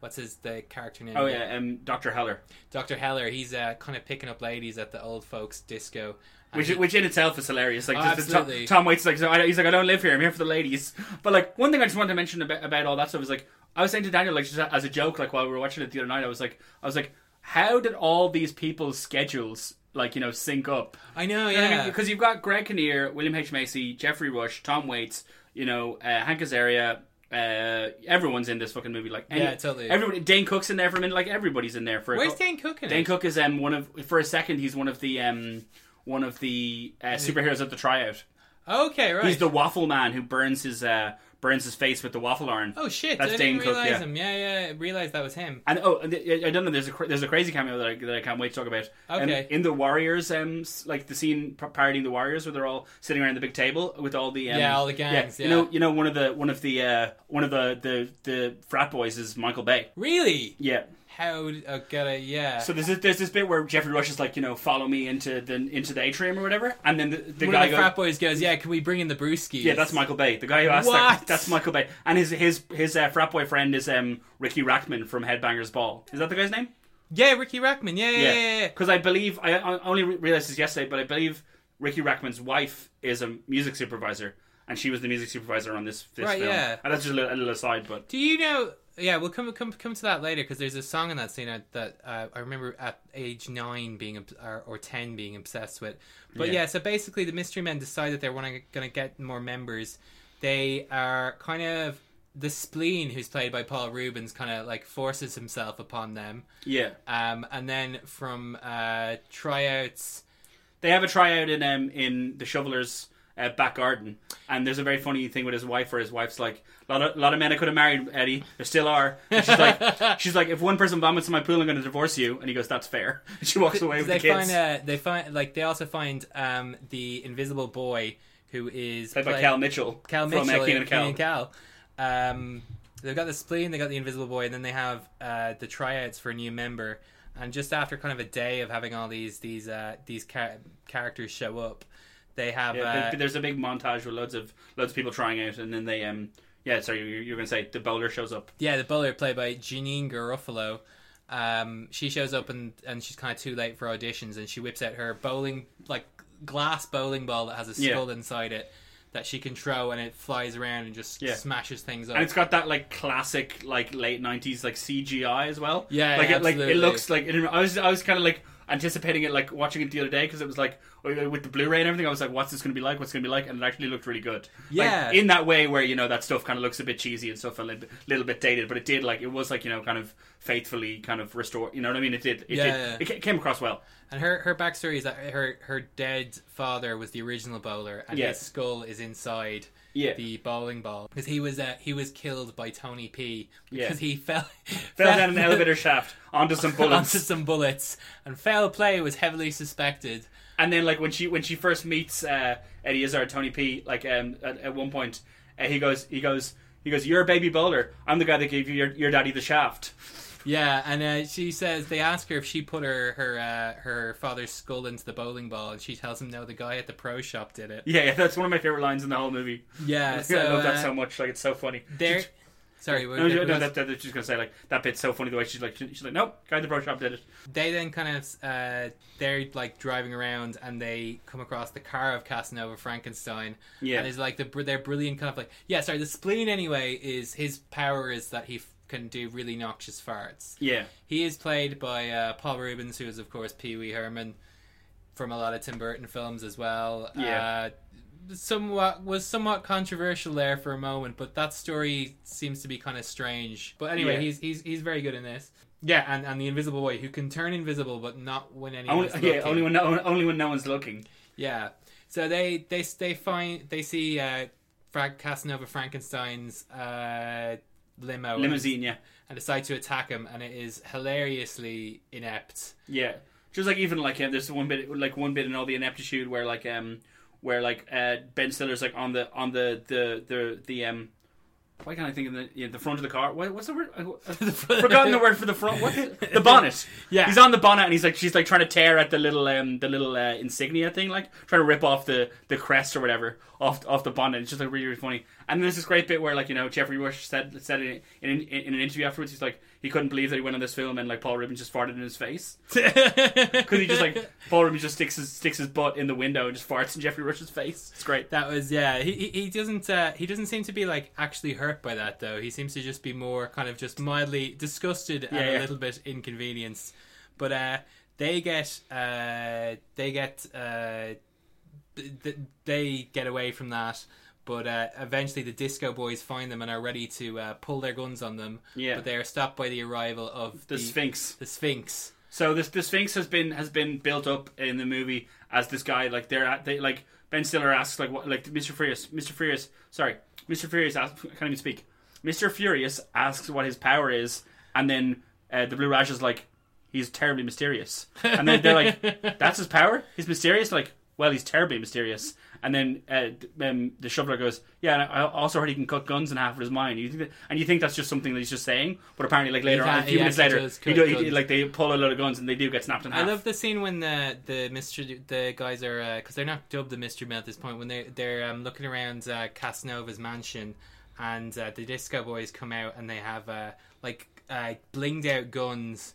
B: what's his the character name?
C: Oh, yeah, um, Dr. Heller.
B: Dr. Heller. He's uh, kind of picking up ladies at the old folks disco. and
C: Which,
B: he-
C: which in itself is hilarious. Like,
B: Oh,
C: just the Tom,
B: absolutely.
C: Tom Waits, like, so I, he's like, I don't live here. I'm here for the ladies. But like, one thing I just wanted to mention about, about all that stuff is like, I was saying to Daniel, like, just as a joke, like while we were watching it the other night, I was like, I was like, how did all these people's schedules, like, you know, sync up?
B: I know,
C: You know what I
B: yeah.
C: mean? Because you've got Greg Kinnear, William H Macy, Jeffrey Rush, Tom Waits, you know, uh, Hank Azaria. Uh, everyone's in this fucking movie. Like,
B: Yeah, totally.
C: Everybody, Dane Cook's in there for a minute. Like, everybody's in there for. a
B: Where's
C: cou-
B: Dane Cook in it?
C: Dane Cook is um one of for a second he's one of the um one of the uh, superheroes at the tryout.
B: Okay, right.
C: He's the waffle man who burns his uh burns his face with the waffle iron.
B: Oh shit!
C: That's
B: I
C: Dane
B: didn't
C: Cook,
B: realize
C: yeah.
B: him. Yeah, yeah. I realized that was him.
C: And oh, and th- I don't know. There's a cra- there's a crazy cameo that I, that I can't wait to talk about. Um,
B: Okay.
C: in the Warriors, um, s- like the scene par- parodying the Warriors, where they're all sitting around the big table with all the um,
B: Yeah, all the gangs,
C: You know,
B: yeah.
C: you know, one of the one of the uh, one of the, the the frat boys is Michael Bay.
B: Really?
C: Yeah.
B: How? d- Oh, got it. Yeah.
C: So there's this, there's this bit where Jeffrey Rush is like, you know, follow me into the into the atrium or whatever, and then the, the
B: one
C: guy
B: of the
C: goes,
B: frat boys goes, "Yeah, can we bring in the brewskis?"
C: Yeah, that's Michael Bay. The guy who asked
B: What?
C: that. That's Michael Bay. And his his his uh, frat boy friend is um, Ricky Rackman from Headbangers Ball. Is that the guy's name?
B: Yeah, Ricky Rackman. Yeah, yeah, yeah. yeah.
C: Because I believe I, I only re- realized this yesterday, but I believe Ricky Rackman's wife is a music supervisor, and she was the music supervisor on this, this
B: Right,
C: film.
B: yeah.
C: And that's just a little, a little aside, but
B: Do you know? Yeah, we'll come come come to that later because there's a song in that scene I- that uh, I remember at age nine being obs- or, or ten being obsessed with. But yeah.
C: Yeah.
B: so basically the mystery men decide that they're going to get more members. They are kind of the spleen, who's played by Paul Rubens, kind of like forces himself upon them.
C: yeah,
B: Um, and then from uh, tryouts,
C: they have a tryout in um, in the Shovelers. Uh, back garden, and there's a very funny thing with his wife, where his wife's like, "A lot of, lot of men I could have married, Eddie. There still are." And she's like, "She's like, if one person vomits in my pool, I'm going to divorce you." And he goes, "That's fair." And she walks away with
B: they
C: the kids.
B: find uh, they find like they also find um, the invisible boy who is
C: Played by
B: play-
C: Cal Mitchell
B: Cal
C: from
B: Mitchell,
C: uh, Keenan and Cal.
B: Keenan Cal. Um, they've got the spleen, they got the invisible boy, and then they have uh, the tryouts for a new member. And just after kind of a day of having all these these uh, these cha- characters show up, they have
C: Yeah,
B: uh,
C: there- there's a big montage with loads of loads of people trying out, and then they um yeah sorry you're, you're gonna say the bowler shows up.
B: Yeah, the bowler played by Janine Garofalo. Um, she shows up and, and she's kind of too late for auditions, and she whips out her bowling like glass bowling ball that has a
C: Yeah.
B: skull inside it that she can throw, and it flies around and just
C: Yeah.
B: smashes things up.
C: And it's got that like classic like late nineties like CGI as well.
B: Yeah,
C: like
B: yeah,
C: it, like it
B: absolutely.
C: looks like it, I was I was kind of like anticipating it like watching it the other day because it was like with the Blu-ray and everything. I was like, what's this gonna be like? What's it gonna be like? And it actually looked really good. Like,
B: Yeah.
C: in that way where you know that stuff kind of looks a bit cheesy and stuff a little, bit- little bit dated, but it did like it was like you know kind of faithfully kind of restore. You know what I mean? It did. It
B: Yeah,
C: did.
B: yeah.
C: It ca- came across well.
B: And her her backstory is that her her dead father was the original bowler, and
C: Yeah.
B: his skull is inside
C: Yeah.
B: the bowling ball because he was uh, he was killed by Tony P
C: Yeah.
B: because he fell
C: fell down an elevator shaft onto some bullets.
B: onto some bullets, and foul play was heavily suspected.
C: And then like when she when she first meets uh, Eddie Izzard, Tony P, like um, at, at one point, uh, he goes he goes he goes, "You're a baby bowler. I'm the guy that gave you your, your daddy the shaft."
B: Yeah, and uh, she says they ask her if she put her her uh, her father's skull into the bowling ball, and she tells him no, the guy at the pro shop did it.
C: Yeah, yeah, that's one of my favorite lines in the whole movie.
B: Yeah, Uh, so
C: I love that
B: uh,
C: so much. Like it's so funny.
B: they're Sorry, what
C: No,
B: was
C: no,
B: it?
C: no, that, that, she's gonna say like that bit's so funny the way she's like she's like nope, guy in the pro shop did it.
B: they then kind of uh, they're like driving around and they come across the car of Casanova Frankenstein.
C: Yeah.
B: and it's like the br- they're brilliant kind of like yeah. Sorry, the spleen anyway is his power is that he f- can do really noxious farts.
C: Yeah,
B: He is played by uh, Paul Rubens, who is of course Pee Wee Herman from a lot of Tim Burton films as well. Uh,
C: Yeah.
B: somewhat was somewhat controversial there for a moment, but that story seems to be kind of strange. But anyway,
C: Yeah.
B: he's he's he's very good in this. Yeah, and, and the Invisible Boy, who can turn invisible, but not when
C: only,
B: anyone's
C: yeah,
B: looking.
C: only when no, only when no one's looking.
B: Yeah. So they they they find they see uh, Frank Casanova Frankenstein's uh, limo and-
C: Limousine, yeah,
B: and decide to attack him, and it is hilariously inept.
C: yeah. Just like even like yeah, there's one bit like one bit in all the ineptitude where like um where like uh Ben Stiller's like on the on the the the the um. Why can't I think of the yeah, the front of the car? What, what's the word? I- I've forgotten the word for the front. What's it? the bonnet?
B: Yeah.
C: he's on the bonnet and he's like she's like trying to tear at the little um the little uh, insignia thing, like trying to rip off the the crest or whatever off off the bonnet. It's just like really, really funny. And there's this great bit where like you know Jeffrey Rush said said in, in, in an interview afterwards, he's like he couldn't believe that he went on this film and like Paul Rubens just farted in his face because he just like Paul Rubens just sticks his sticks his butt in the window and just farts in Jeffrey Rush's face. It's great.
B: That was yeah. He he he doesn't uh, he doesn't seem to be like actually hurt by that though. He seems to just be more kind of just mildly disgusted and
C: Yeah,
B: a
C: yeah.
B: little bit inconvenienced. But uh, they get uh, they get uh, th- th- they get away from that. But uh, eventually, the disco boys find them and are ready to uh, pull their guns on them.
C: Yeah.
B: But they are stopped by the arrival of
C: The Sphinx.
B: The Sphinx.
C: So this the Sphinx has been has been built up in the movie as this guy like they're at they like Ben Stiller asks like what like Mr. Furious Mr. Furious sorry Mr. Furious asks, I can't even speak Mr. Furious asks what his power is and then uh, the Blue Rash is like he's terribly mysterious and then they're like that's his power he's mysterious like well he's terribly mysterious and then uh, th- um, the shoveler goes yeah and I I also heard he can cut guns in half of his mind you think that, and you think that's just something that he's just saying but apparently like later on a
B: can-
C: few
B: he
C: minutes
B: actually
C: later
B: does
C: he,
B: cut
C: do, he-
B: guns.
C: like they pull a load of guns and they do get snapped in half.
B: I love the scene when the the Mister the guys are because they're not dubbed the Mister Men at this point when they they're um, looking around uh, Casanova's mansion and uh, the disco boys come out and they have uh, like uh, blinged out guns,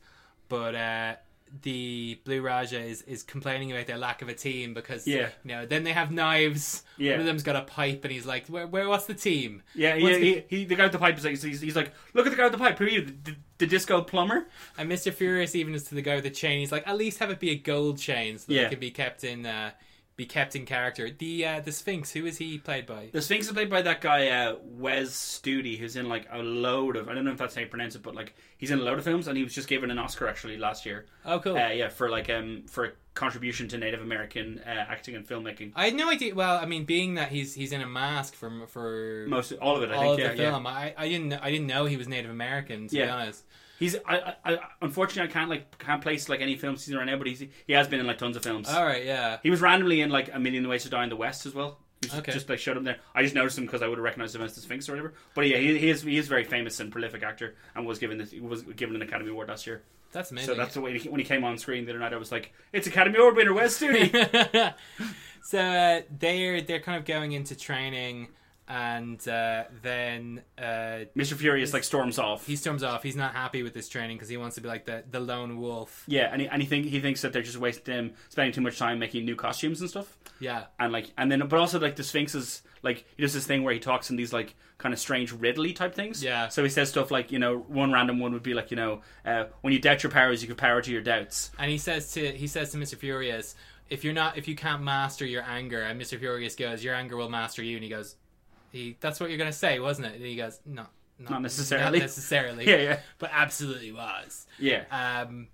B: but uh, the Blue Raja is is complaining about their lack of a team because
C: Yeah.
B: you know then they have knives.
C: Yeah.
B: One of them's got a pipe and he's like, where where what's the team?
C: yeah,
B: What's
C: yeah.
B: the-
C: He, he, the guy with the pipe is like, he's, he's like, look at the guy with the pipe. Who are you? The, the, the disco plumber?
B: And Mr. Furious even is to the guy with the chain. He's like, at least have it be a gold chain so that
C: Yeah.
B: it can be kept in uh, be kept in character. The uh, the Sphinx, who is he played by?
C: The Sphinx is played by that guy uh, Wes Studi, who's in like a load of. I don't know if that's how you pronounce it, but like he's in a load of films, and he was just given an Oscar actually last year.
B: Oh, cool.
C: Uh, yeah, for like um for a contribution to Native American uh, acting and filmmaking.
B: I had no idea. Well, I mean, being that he's he's in a mask for for
C: Most all of it, I
B: all of
C: think.
B: the
C: yeah, yeah.
B: film, I, I didn't I didn't know he was Native American. To be
C: Yeah.
B: honest,
C: He's I, I, I unfortunately I can't like can't place like any film he's in right now, but he's, he has been in like tons of films.
B: all right, yeah.
C: He was randomly in like a million ways to die in the West as well. He was
B: Okay.
C: Just like showed him there. I just noticed him because I would have recognized him as the Sphinx or whatever. But yeah, he, he is he is a very famous and prolific actor, and was given this he was given an Academy Award last year.
B: That's amazing.
C: So that's the way he, when he came on screen the other night. I was like, it's Academy Award winner Wes Studi.
B: so uh, they're they're kind of going into training, and uh, then uh,
C: Mr. Furious like storms off.
B: he storms off. He's not happy with this training because he wants to be like the the lone wolf.
C: yeah, and he, and he think he thinks that they're just wasting him spending too much time making new costumes and stuff.
B: Yeah.
C: and like and then but also like the sphinx is like he does this thing where he talks in these like kind of strange riddly type things
B: Yeah.
C: so he says stuff like you know one random one would be like you know uh, when you doubt your powers you give power to your doubts
B: and he says to he says to Mr. Furious, if you're not if you can't master your anger, and Mr. Furious goes, your anger will master you, and he goes, he that's what you're gonna say, wasn't it? And he goes, no, not,
C: Not necessarily."
B: not necessarily,
C: Yeah, yeah.
B: but absolutely was.
C: yeah
B: Um,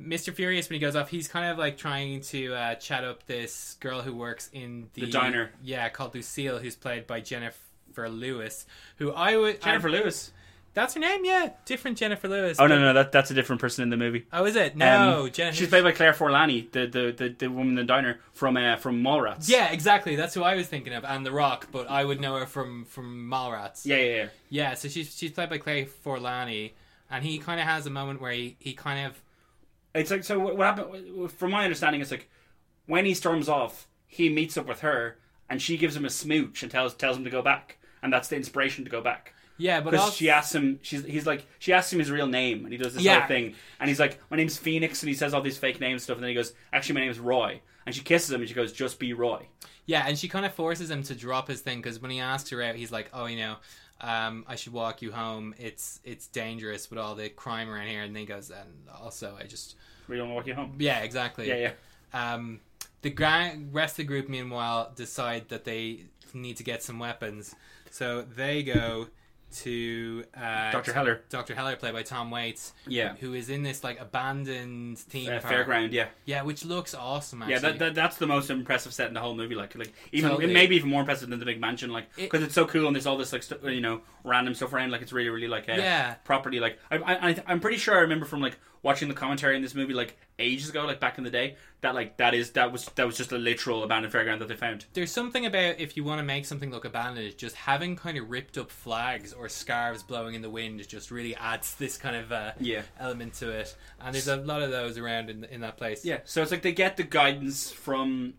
B: Mr. Furious when he goes off, he's kind of like trying to uh, chat up this girl who works in the,
C: The diner.
B: yeah, called Lucille, who's played by Jennifer Lewis, who I would
C: jennifer
B: I-
C: lewis
B: That's her name, yeah, different Jennifer Lewis.
C: oh no no that, that's a different person in the movie
B: Oh, is it?
C: Um,
B: No, Jennifer.
C: she's played by claire forlani the the, the, the woman in the diner from uh, from mallrats
B: Yeah, exactly. That's who I was thinking of, and The Rock, but I would know her from from Mallrats.
C: yeah yeah yeah
B: yeah. So she's she's played by Clay Forlani, and he kind of has a moment where he, he kind of
C: it's like so what, what happened from my understanding it's like when he storms off he meets up with her and she gives him a smooch and tells tells him to go back and that's the inspiration to go back
B: Yeah, but
C: because
B: also-
C: she asks him, she's he's like she asks him his real name, and he does this
B: Yeah.
C: whole thing, and he's like, my name's Phoenix, and he says all these fake names and stuff, and then he goes, actually, my name's Roy, and she kisses him, and she goes, just be Roy.
B: Yeah, and she kind of forces him to drop his thing because when he asks her out, he's like, "Oh, you know, um, I should walk you home. It's it's dangerous with all the crime around here." And then he goes, "And also, I just
C: We don't want to walk you home.
B: yeah, exactly.
C: Yeah, yeah.
B: Um, the gang, rest of the group, meanwhile, decide that they need to get some weapons, so they go to uh,
C: Dr. Heller.
B: Dr. Heller, played by Tom Waits,
C: Yeah.
B: who is in this like abandoned theme
C: Uh,
B: park.
C: fairground, yeah,
B: Yeah, which looks awesome. Actually.
C: yeah. That, that that's the most impressive set in the whole movie. Like, like even
B: Totally.
C: it may be even more impressive than the big mansion, like
B: It-
C: because it's so cool and there's all this like stu- you know random stuff around. Like it's really really like uh,
B: Yeah.
C: property. Like I, I I- I'm pretty sure I remember from like watching the commentary in this movie like ages ago, like back in the day, that like that is that was that was just a literal abandoned fairground that they found.
B: there's something about if you want to make something look abandoned, just having kind of ripped up flags or scarves blowing in the wind just really adds this kind of uh,
C: Yeah.
B: element to it. And there's a lot of those around in in that place.
C: Yeah, so it's like they get the guidance from,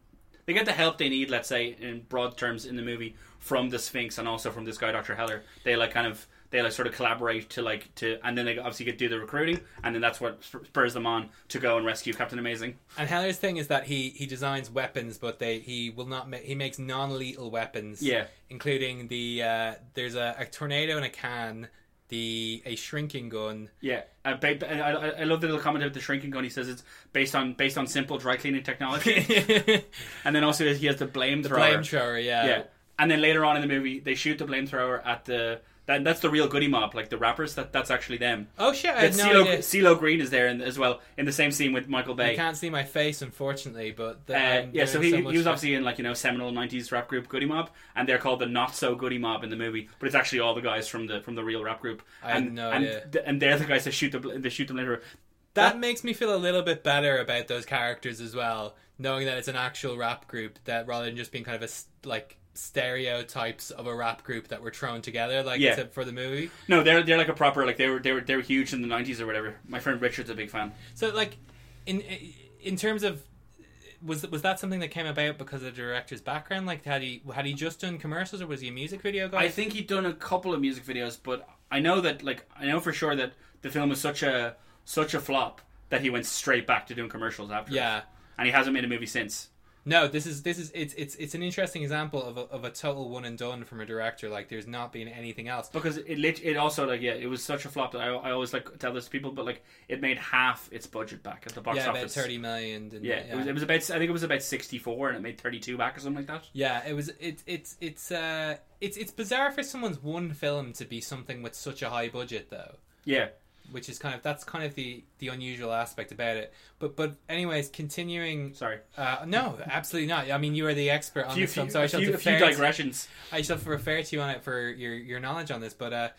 C: they get the help they need, let's say in broad terms in the movie, from the Sphinx and also from this guy Dr. Heller. They like kind of they like sort of collaborate to like to, and then they obviously get do the recruiting, and then that's what sp- spurs them on to go and rescue Captain Amazing.
B: And Heller's thing is that he he designs weapons, but they he will not ma- he makes non lethal weapons.
C: Yeah.
B: including the uh, there's a, a tornado in a can, the a shrinking gun.
C: Yeah, uh, ba- ba- I, I, I love the little comment about the shrinking gun. He says it's based on based on simple dry cleaning technology, and then also he has the blame thrower.
B: Flamethrower, yeah.
C: Yeah. And then later on in the movie, they shoot the flamethrower at the. That, that's the real goody mob, like the rappers. That that's actually them.
B: Oh shit! I
C: But
B: had no
C: CeeLo,
B: idea.
C: CeeLo Green is there in, as well in the same scene with Michael
B: You
C: Bay.
B: can't see my face, unfortunately, but the,
C: Uh,
B: I'm
C: yeah, so
B: doing
C: he,
B: much
C: he was
B: for-
C: obviously in like you know seminal '90s rap group Goody Mob, and they're called the Not So Goody Mob in the movie, but it's actually all the guys from the from the real rap group.
B: I had
C: and,
B: no
C: and,
B: idea.
C: th- and they're the guys that shoot the they shoot them later.
B: That makes me feel a little bit better about those characters as well, knowing that it's an actual rap group that rather than just being kind of a s- like stereotypes of a rap group that were thrown together like
C: Yeah.
B: to- for the movie.
C: No, they're they're like a proper like they were they were they were huge in the '90s or whatever. My friend Richard's a big fan.
B: So like in in terms of was was that something that came about because of the director's background? Like had he had he just done commercials or was he a music video guy?
C: I think he'd done a couple of music videos, but I know that like I know for sure that the film was such a such a flop that he went straight back to doing commercials after.
B: Yeah.
C: and he hasn't made a movie since.
B: No, this is this is it's it's it's an interesting example of a, of a total one and done from a director. Like there's not been anything else.
C: because it lit it also like yeah it was such a flop that I, I always like tell this to people but like it made half its budget back at the box
B: yeah, about
C: office
B: thirty million. didn't
C: yeah,
B: it?
C: It, was, it was about I think it was about 64 and it made 32 back or something like that
B: Yeah, it was. It's it's it's uh it's it's bizarre for someone's one film to be something with such a high budget though,
C: yeah
B: which is kind of that's kind of the the unusual aspect about it. But but anyways, continuing.
C: sorry
B: Uh, no, absolutely not. I mean, you are the expert on
C: few,
B: this film,
C: few-
B: so I
C: a
B: shall
C: few, a few
B: defer to-
C: digressions
B: I shall refer to you on it for your your knowledge on this, but uh,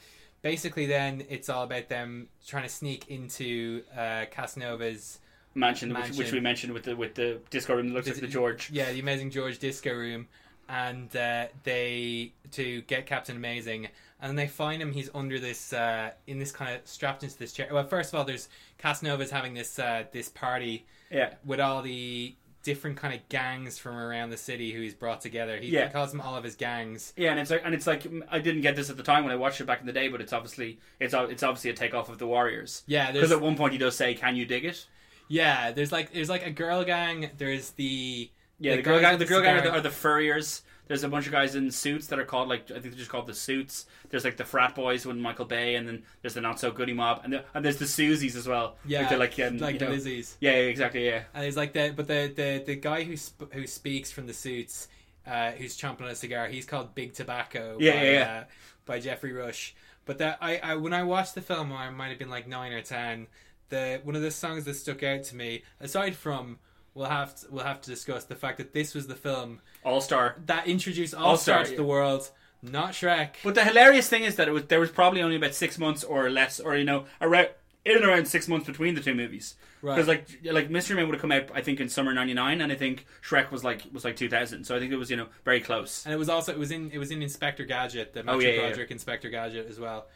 B: basically, then it's all about them trying to sneak into uh, Casanova's
C: mansion, Which, which
B: Mansion.
C: we mentioned with the with the disco room that looks
B: Is
C: like the
B: it-
C: George
B: yeah, the Amazing George disco room, and uh, they to get Captain Amazing, and they find him. He's under this uh, in this kind of strapped into this chair. Well, first of all, there's Casanova's having this uh, this party
C: yeah
B: with all the different kind of gangs from around the city who he's brought together. He,
C: Yeah.
B: he calls them all of his gangs.
C: yeah, and it's like, and it's like, I didn't get this at the time when I watched it back in the day, but it's obviously, it's ob- it's obviously a takeoff of the Warriors.
B: Yeah,
C: because
B: there's
C: at one point he does say, "Can you dig it?"
B: yeah, there's like there's like a girl gang. There's the
C: Yeah, the, girl
B: guys
C: gang.
B: with
C: The girl gang are the,
B: cigar-
C: are the furriers. There's a bunch of guys in suits that are called like I think they're just called the suits. There's like the frat boys with Michael Bay, and then there's the not so goody mob, and, the, and there's the Susies as well.
B: yeah,
C: like they're like, um,
B: like
C: you
B: the
C: know-
B: Lizzies.
C: Yeah, yeah, exactly. Yeah,
B: And he's like the but the the, the guy who sp- who speaks from the suits, uh, who's chomping on a cigar. He's called Big Tobacco.
C: Yeah,
B: by,
C: yeah, yeah.
B: Uh, by Jeffrey Rush. But that I, I when I watched the film, I might have been like nine or ten. The one of the songs that stuck out to me, aside from we'll have to, we'll have to discuss the fact that this was the film
C: All Star.
B: that introduced All Star
C: Star,
B: to
C: yeah.
B: the world, not Shrek.
C: But the hilarious thing is that it was there was probably only about six months or less, or you know, around in and around six months between the two movies.
B: Right.
C: Because like like Mystery Man would have come out I think in summer '99, and I think Shrek was like was like 2000. So I think it was you know very close.
B: And it was also it was in it was in Inspector Gadget, the Matthew
C: Oh, yeah, Mm-hmm. yeah, yeah.
B: Broderick Inspector Gadget as well.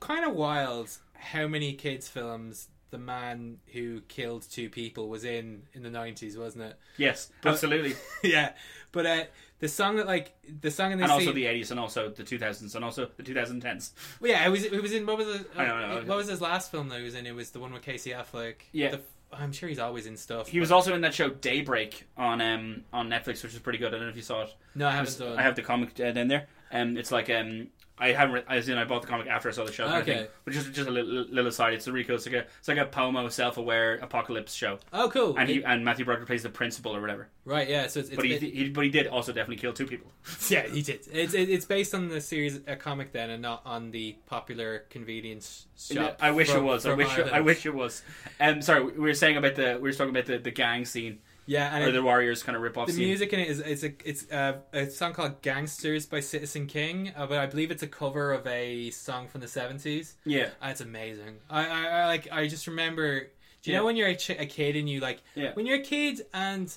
B: Kind of wild how many kids films the man who killed two people was in in the nineties, wasn't it?
C: Yes, absolutely.
B: yeah, but uh, the song that like the song in this
C: And also
B: scene-
C: the 80s and also the 2000s and also the 2010s.
B: Well, yeah, it was it was in what was the, uh,
C: I don't know.
B: what was his last film that he was in? It was the one with Casey Affleck.
C: Yeah.
B: The, I'm sure he's always in stuff.
C: He was also in that show Daybreak on um on Netflix, which is pretty good. I don't know if you saw it.
B: No, I haven't
C: There's-
B: done.
C: I have the comic uh, in there. Um, it's like um, I haven't. Re- as in, I bought the comic after I saw the show. Kind
B: Okay.
C: of thing. But just just a little, little aside, it's a really cool. It's like a it's like a Pomo self-aware apocalypse show,
B: Oh, cool.
C: and he and Matthew Broderick plays the principal or whatever.
B: right, yeah. So it's, it's
C: But he,
B: bit-
C: he but he did also definitely kill two people.
B: yeah, he did. It's it- it's based on the series a comic then, and not on the popular convenience shop.
C: I wish
B: from-
C: it was. I
B: from
C: wish I
B: Ireland.
C: wish it was. Um, sorry, we were saying about the we were talking about the, the gang scene
B: Yeah, and
C: or
B: it-
C: the Warriors kind of rip off
B: the
C: scene.
B: music in it is it's a it's a, a song called "Gangsters" by Citizen King, uh, but I believe it's a cover of a song from the seventies.
C: Yeah,
B: Uh, It's amazing. I, I, I like. I just remember. Do you
C: Yeah.
B: know when you're a, ch- a kid and you like
C: Yeah.
B: when you're a kid and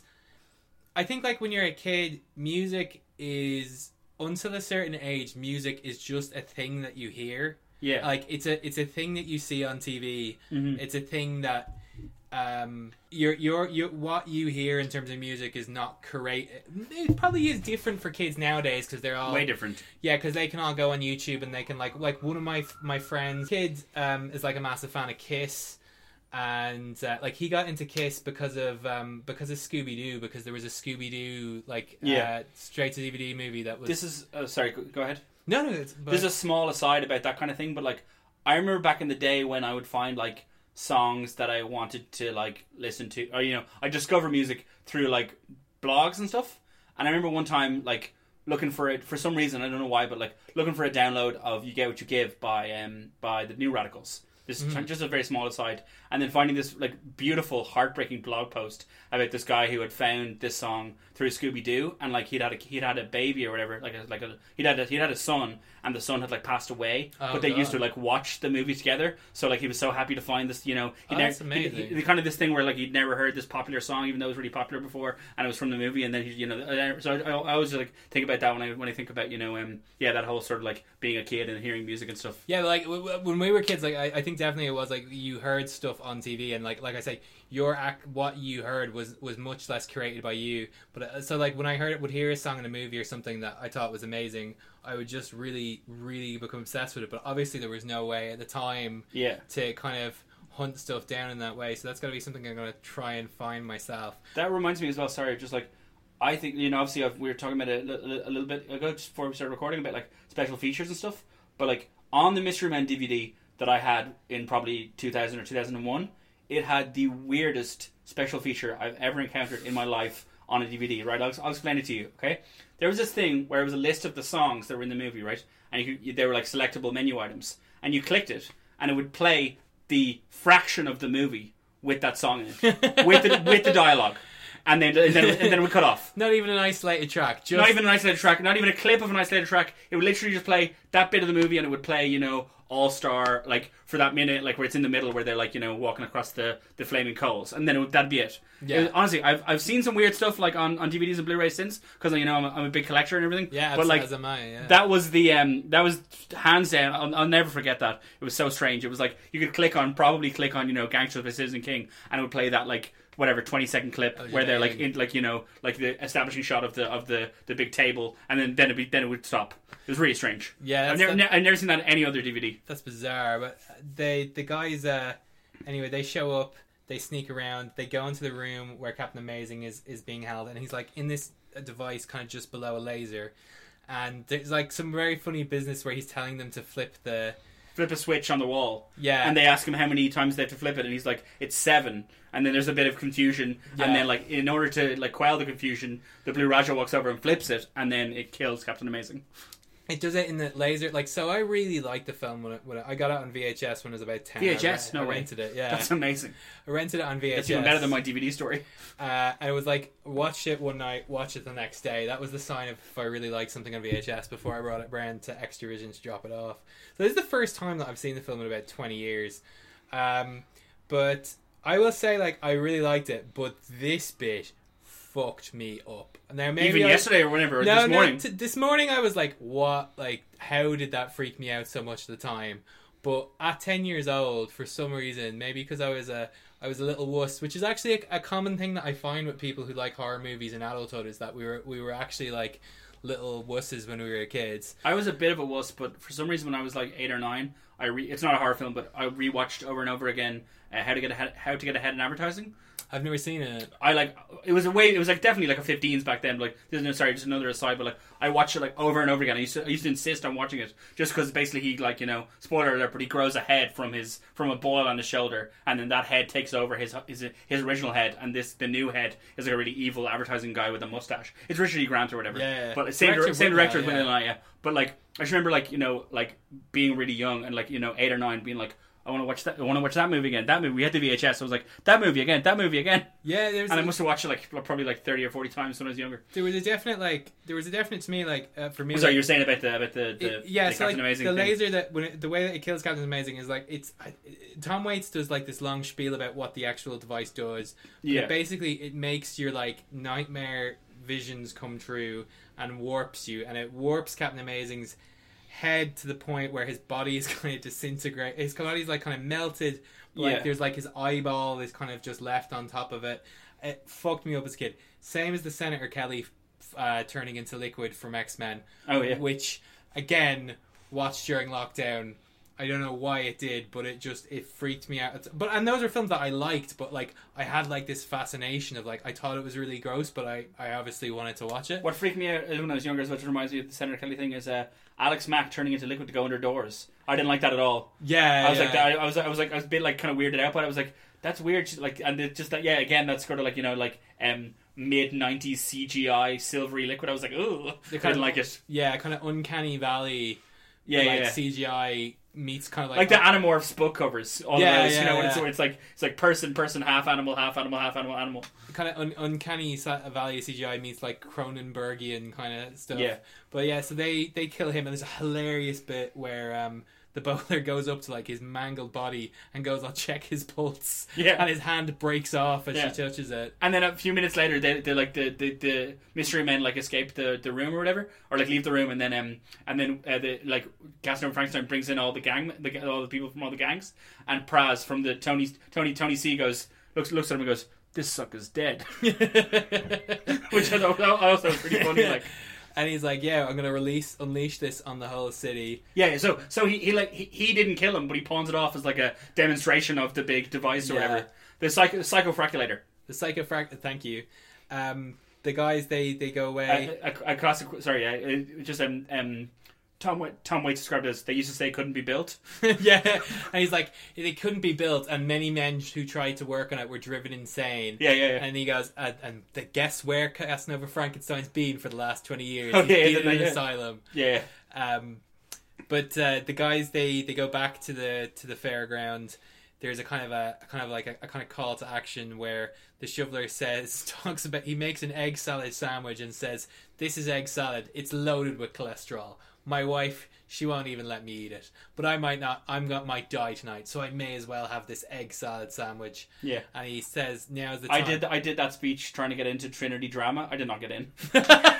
B: I think like when you're a kid, music is until a certain age, music is just a thing that you hear.
C: yeah.
B: Like it's a it's a thing that you see on TV.
C: Mhm.
B: It's a thing that um your your your what you hear in terms of music is not correct. It probably is different for kids nowadays because they're all
C: Way different.
B: yeah, because they can all go on YouTube and they can like like one of my my friends' kids um, is like a massive fan of Kiss, and uh, like he got into Kiss because of um, because of Scooby Doo because there was a Scooby Doo like
C: Yeah.
B: uh, straight to DVD movie that was
C: This is uh, sorry. Go, go ahead.
B: no no it's, but,
C: There's a small aside about that kind of thing, but like I remember back in the day when I would find like songs that I wanted to like listen to, or you know, I discover music through like blogs and stuff. And I remember one time like looking for it for some reason I don't know why, but like looking for a download of "You Get What You Give" by um by the New Radicals. This
B: Mm-hmm.
C: is just a very small aside, and then finding this like beautiful, heartbreaking blog post about this guy who had found this song through Scooby Doo, and like he'd had a, he'd had a baby or whatever, like a, like a, he'd had a, he'd had a son, and the son had like passed away,
B: Oh,
C: but they used to
B: God.
C: like watch the movie together. So like he was so happy to find this, you know, he
B: Oh,
C: never-
B: that's amazing.
C: he- he- kind of this thing where like he'd never heard this popular song, even though it was really popular before, and it was from the movie, and then he, you know, and I- so I, I always like think about that when I when I think about you know, um, yeah, that whole sort of like being a kid and hearing music and stuff.
B: Yeah, like w- w- when we were kids, like I, I think definitely it was like you heard stuff on TV, and like like I say, your act, what you heard was was much less created by you. But uh, so like when I heard would hear a song in a movie or something that I thought was amazing, I would just really really become obsessed with it. But obviously there was no way at the time
C: Yeah.
B: to kind of hunt stuff down in that way. So that's got to be something I'm gonna try and find myself.
C: That reminds me as well. Sorry, just like I think you know, obviously I've, we were talking about it a, li- a little bit ago just before we started recording about like special features and stuff. But like on the Mystery Man DVD that I had in probably 2000 or 2001, it had the weirdest special feature I've ever encountered in my life on a DVD. Right, I'll, I'll explain it to you. Okay, there was this thing where it was a list of the songs that were in the movie, right, and you, could- they were like selectable menu items, and you clicked it, and it would play the fraction of the movie with that song in it, with the, with the dialogue, and then and then, and then we cut off.
B: Not even an isolated track, just
C: Not even an isolated track, not even a clip of an isolated track. It would literally just play that bit of the movie, and it would play, you know, All Star, like for that minute, like where it's in the middle, where they're like, you know, walking across the, the flaming coals, and then it would, that'd be it.
B: Yeah.
C: It was- honestly, I've, I've seen some weird stuff like on, on DVDs and Blu-rays since, because you know I'm a, I'm a big collector and everything.
B: yeah,
C: but
B: abs-
C: like
B: as am I. Yeah.
C: that was the um that was hands down I'll, I'll never forget that it was so strange it was like you could click on probably click on you know gangsters by citizen king and it would play that like whatever 20 second
B: Oh,
C: clip where they're like
B: dang.
C: in like you know like the establishing shot of the of the the big table and then then it'd be then it would stop it was really strange
B: Yeah,
C: i've
B: that's-
C: never,
B: that-
C: ne- I've never seen that on any other dvd
B: That's bizarre, but they the guys uh anyway, they show up, they sneak around, they go into the room where Captain Amazing is is being held and he's like in this uh, device kind of just below a laser and there's like some very funny business where he's telling them to flip the
C: flip a switch on the wall
B: yeah
C: and they ask him how many times they have to flip it and he's like it's seven and then there's a bit of confusion
B: Yeah.
C: and then like in order to like quell the confusion the blue raja walks over and flips it and then it kills captain amazing
B: it does it in the laser like so I really liked the film when, it, when it, I got it on VHS when I was about 10 I
C: VHS?
B: re- I
C: No way.
B: rented it yeah
C: That's amazing.
B: I rented it on VHS
C: That's even better than my DVD story.
B: uh, and it was like watch it one night, watch it the next day. That was the sign of if I really liked something on VHS before I brought it round to Extravision to drop it off. So this is the first time that I've seen the film in about twenty years, um, but I will say like I really liked it, but this bit fucked me up. Now maybe
C: Even
B: I-
C: yesterday or whenever, or
B: no,
C: this
B: no,
C: morning.
B: t- this morning I was like, what? Like, how did that freak me out so much at the time? But at ten years old, for some reason, maybe because I was a I was a little wuss, which is actually a, a common thing that I find with people who like horror movies in adulthood is that we were we were actually like little wusses when we were kids.
C: I was a bit of a wuss, but for some reason, when I was like eight or nine, I re- it's not a horror film, but I rewatched over and over again uh, how to get ahead, how to get ahead in advertising.
B: I've never seen it.
C: I like it was a way it was like definitely like a 15s back then. Like there's no sorry, just another aside, but like I watched it like over and over again. I used to I used to insist on watching it just because basically he like you know spoiler alert, but he grows a head from his from a boil on his shoulder, and then that head takes over his his his original head, and this the new head is like a really evil advertising guy with a mustache. It's Richard E. Grant or whatever.
B: Yeah, yeah.
C: but same
B: Director
C: director, same
B: Woodrow,
C: director as
B: yeah.
C: Winona Ryder, yeah. But like I just remember like you know like being really young and like you know eight or nine being like. I want to watch that. I want to watch that movie again. That movie. We had the VHS. So I was like, that movie again. That movie again.
B: Yeah, there was
C: And
B: a-
C: I must have watched it like probably like thirty or forty times when I was younger.
B: there was a definite like there was a definite to me like uh, for me.
C: Sorry,
B: like-
C: you were saying about the about the, the
B: It- yeah,
C: the
B: so like
C: Captain Amazing
B: the
C: thing.
B: laser that when it, the way that it kills Captain Amazing is like it's I, Tom Waits does like this long spiel about what the actual device does. but
C: Yeah.
B: it basically it makes your like nightmare visions come true and warps you, and it warps Captain Amazing's head to the point where his body is kind of disintegrate. His body's like kind of melted. but, Like
C: Yeah.
B: there's like his eyeball is kind of just left on top of it. It fucked me up as a kid. Same as the Senator Kelly f- uh, turning into liquid from X Men
C: Oh yeah,
B: which again watched during lockdown. I don't know why it did, but it just it freaked me out. It's- But and those are films that I liked, but like I had like this fascination of like I thought it was really gross, but I I obviously wanted to watch it.
C: what freaked me out uh, when I was younger, as which reminds me of the Senator Kelly thing, is uh, Alex Mack turning into liquid to go under doors. I didn't like that at all.
B: Yeah,
C: I was like,
B: yeah.
C: I, I was, I was like, I was a bit like kind of weirded out, but I was like, that's weird. She's Like, and it just that, yeah, again, that's sort of like you know, like um, mid '90s CGI silvery liquid. I was like, ooh, I
B: kind
C: didn't
B: of-
C: like it.
B: yeah, kind of uncanny valley,
C: Yeah,
B: like
C: yeah, yeah.
B: CGI meets kind of like,
C: like the Animorphs book covers, all
B: Yeah,
C: of those,
B: yeah,
C: you know, when
B: yeah.
C: it's, where it's like it's like person, person, half animal, half animal, half animal, animal.
B: kind of un- uncanny sa- valley CGI meets like Cronenbergian kind of stuff.
C: Yeah.
B: But yeah, so they they kill him, and there's a hilarious bit where um the bowler goes up to like his mangled body and goes, "I'll check his pulse."
C: Yeah.
B: And his hand breaks off as
C: Yeah.
B: she touches it.
C: And then a few minutes later, they, they like the, the, the mystery men like escape the, the room or whatever, or like leave the room, and then um and then uh, the like Gaston Frankenstein brings in all the gang, the, all the people from all the gangs, and Praz from the Tony Tony Tony C goes looks looks at him and goes, "This sucker's dead," which I thought I also was pretty funny. Like,
B: And he's like, "Yeah, I'm gonna release unleash this on the whole city."
C: yeah, so so he, he like he, he didn't kill him, but he pawns it off as like a demonstration of the big device or
B: Yeah.
C: whatever. The psycho psychofraculator.
B: The psychofract. Thank you. Um, the guys they they go away.
C: a, a, a classic. Sorry, I, it- just um, um, Tom Wa- Tom Waits described it as they used to say couldn't be built.
B: yeah. And he's like, "They couldn't be built, and many men who tried to work on it were driven insane."
C: Yeah, yeah, yeah.
B: And he goes, and, and the guess where Casanova Frankenstein's been for the last 20 years.
C: Oh,
B: He's
C: yeah,
B: been
C: yeah,
B: in an
C: yeah.
B: asylum.
C: yeah,
B: Um, but uh, the guys, they, they go back to the to the fairground. There's a kind of a, a kind of like a, a kind of call to action where the shoveler says talks about he makes an egg salad sandwich and says this is egg salad. It's loaded with cholesterol. My wife, she won't even let me eat it. But I might not. I'm got might die tonight, so I may as well have this egg salad sandwich.
C: yeah.
B: And he says, "Now's the time."
C: I did I did that speech trying to get into Trinity drama. I did not get in.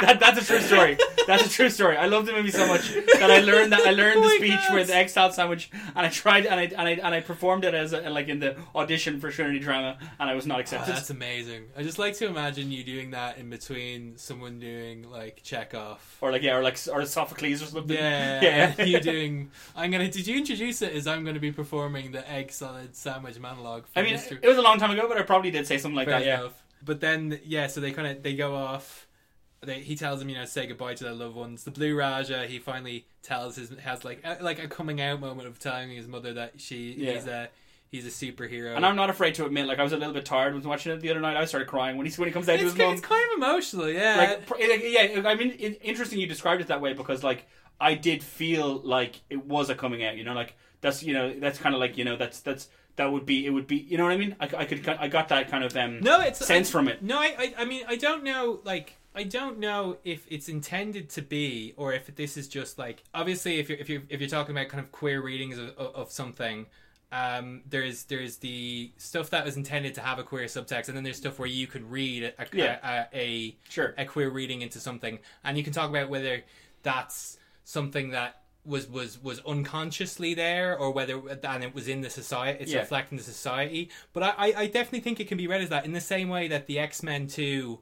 C: that, that's a true story. That's a true story. I love the movie so much that I learned that I learned
B: Oh
C: the
B: my
C: speech
B: God.
C: with the egg salad sandwich, and I tried and I and I, and I performed it as a, like in the audition for Trinity drama, and I was not
B: Oh,
C: accepted.
B: that's amazing. I just like to imagine you doing that in between someone doing like Chekhov.
C: or like yeah, or like or Sophocles or something.
B: Yeah, you doing. I'm gonna. Did you introduce it as I'm gonna be performing the egg salad sandwich monologue? For
C: I mean,
B: Mr.
C: it was a long time ago, but I probably did say something like
B: Fair
C: that. Yeah.
B: enough. But then, yeah, so they kind of they go off. They, he tells them, you know, say goodbye to their loved ones. The Blue Raja, he finally tells his has like a, like a coming out moment of telling his mother that she
C: Yeah.
B: he's a he's a superhero.
C: And I'm not afraid to admit, like I was a little bit tired when watching it the other night. I started crying when he when he comes out to
B: it's,
C: his
B: ki-
C: mom.
B: it's kind of emotional, yeah.
C: Like, pr- like, yeah, I mean, it, interesting you described it that way because like I did feel like it was a coming out. You know, like that's you know that's kind of like you know that's that's that would be it would be you know what I mean. I, I could I got that kind of um
B: no, it's
C: sense from it.
B: No, I, I, I mean, I don't know, like, I don't know if it's intended to be, or if this is just like, obviously, if you're if you're if you're talking about kind of queer readings of, of, of something, um, there's there's the stuff that was intended to have a queer subtext, and then there's stuff where you could read a, a,
C: Yeah.
B: a, a
C: Sure.
B: a queer reading into something, and you can talk about whether that's something that was was was unconsciously there or whether and it was in the society it's
C: Yeah.
B: reflecting the society but I, I i definitely think it can be read as that in the same way that the x-men 2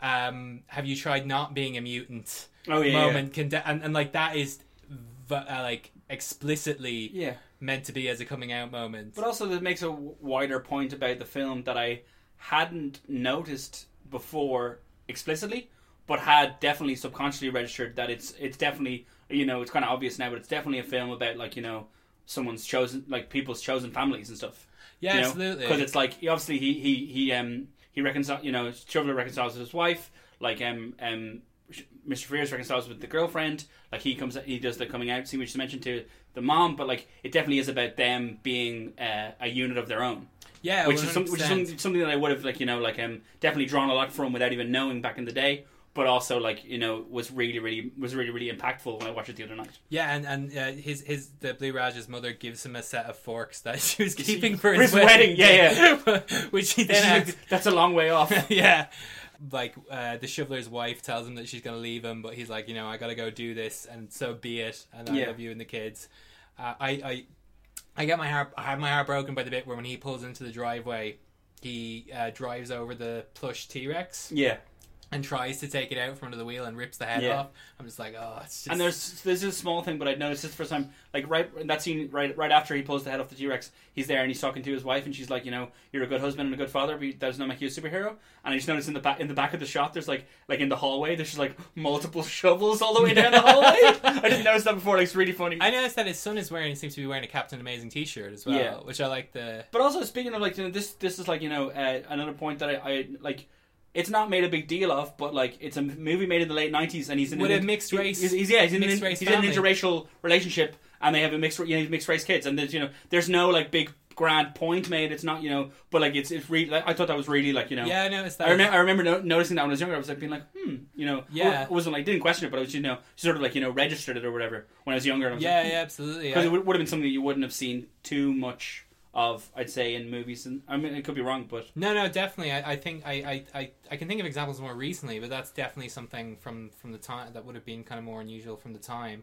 B: um have you tried not being a mutant
C: Oh, yeah, yeah.
B: moment can de- and, and like that is v- uh, like explicitly
C: Yeah.
B: meant to be as a coming out moment
C: But also, that makes a w- wider point about the film that I hadn't noticed before explicitly, but had definitely subconsciously registered that it's it's definitely you know it's kind of obvious now, but it's definitely a film about like you know someone's chosen like people's chosen families and stuff.
B: Yeah, absolutely.
C: Because it's like he- obviously he he he um he reconciles you know Chauvelin reconciles with his wife like um um. sh- Mr. Frears reconciles with the girlfriend. Like he comes, he does the coming out scene, which is mentioned to the mom. But like, it definitely is about them being uh, a unit of their own
B: yeah
C: which is, some, which is
B: 100%.
C: some, something that I would have like you know like um definitely drawn a lot from without even knowing back in the day. But also like you know was really really was really really impactful when I watched it the other night.
B: Yeah, and and uh, his his the Blue Raj's mother gives him a set of forks that she was keeping for his,
C: his wedding, yeah,
B: yeah, which he then had.
C: uh, That's a long way off.
B: yeah, like uh, the shoveler's wife tells him that she's gonna leave him, but he's like, you know, I gotta go do this, and so be it. And I
C: Yeah.
B: love you and the kids. Uh, I I I get my heart I have my heart broken by the bit where when he pulls into the driveway, he uh, drives over the plush T Rex
C: yeah,
B: and tries to take it out from under the wheel and rips the head
C: Yeah.
B: off. I'm just like, oh, it's just
C: and there's this is a small thing, but I noticed this first time. Like right in that scene, right right after he pulls the head off the T Rex, he's there and he's talking to his wife, and she's like, you know, you're a good husband and a good father, but that does not make you a superhero. And I just noticed in the back in the back of the shot, there's like like in the hallway, there's just like multiple shovels all the way down the hallway. I didn't notice that before. Like it's really funny.
B: I noticed that his son is wearing seems to be wearing a Captain Amazing T-shirt as well,
C: Yeah.
B: which I like. The
C: But also speaking of like you know, this, this is like you know uh, another point that I, I like. It's not made a big deal of, but like it's a m- movie made in the late nineties, and he's in
B: With
C: an-
B: a mixed
C: he-
B: race-
C: He's, he's- yeah, he's in,
B: mixed
C: an,
B: race
C: he's in an
B: family.
C: interracial relationship, and they have a mixed you know, mixed race kids, and there's you know there's no like big grand point made. It's not you know, but like it's it's really like, I thought that was really like you know.
B: yeah, I noticed that.
C: I remember, I remember no- noticing that when I was younger. I was like being like, hmm, you know,
B: Yeah.
C: I wasn't like didn't question it, but I was you know sort of like you know registered it or whatever when I was younger. And I was
B: yeah,
C: like, hmm,
B: yeah, absolutely.
C: because
B: I,
C: it would, would have been something that you wouldn't have seen too much of, I'd say, in movies. And I mean, it could be wrong, but
B: no, no, definitely. I, I think I, I, I, I can think of examples more recently, but that's definitely something from from the time that would have been kind of more unusual from the time.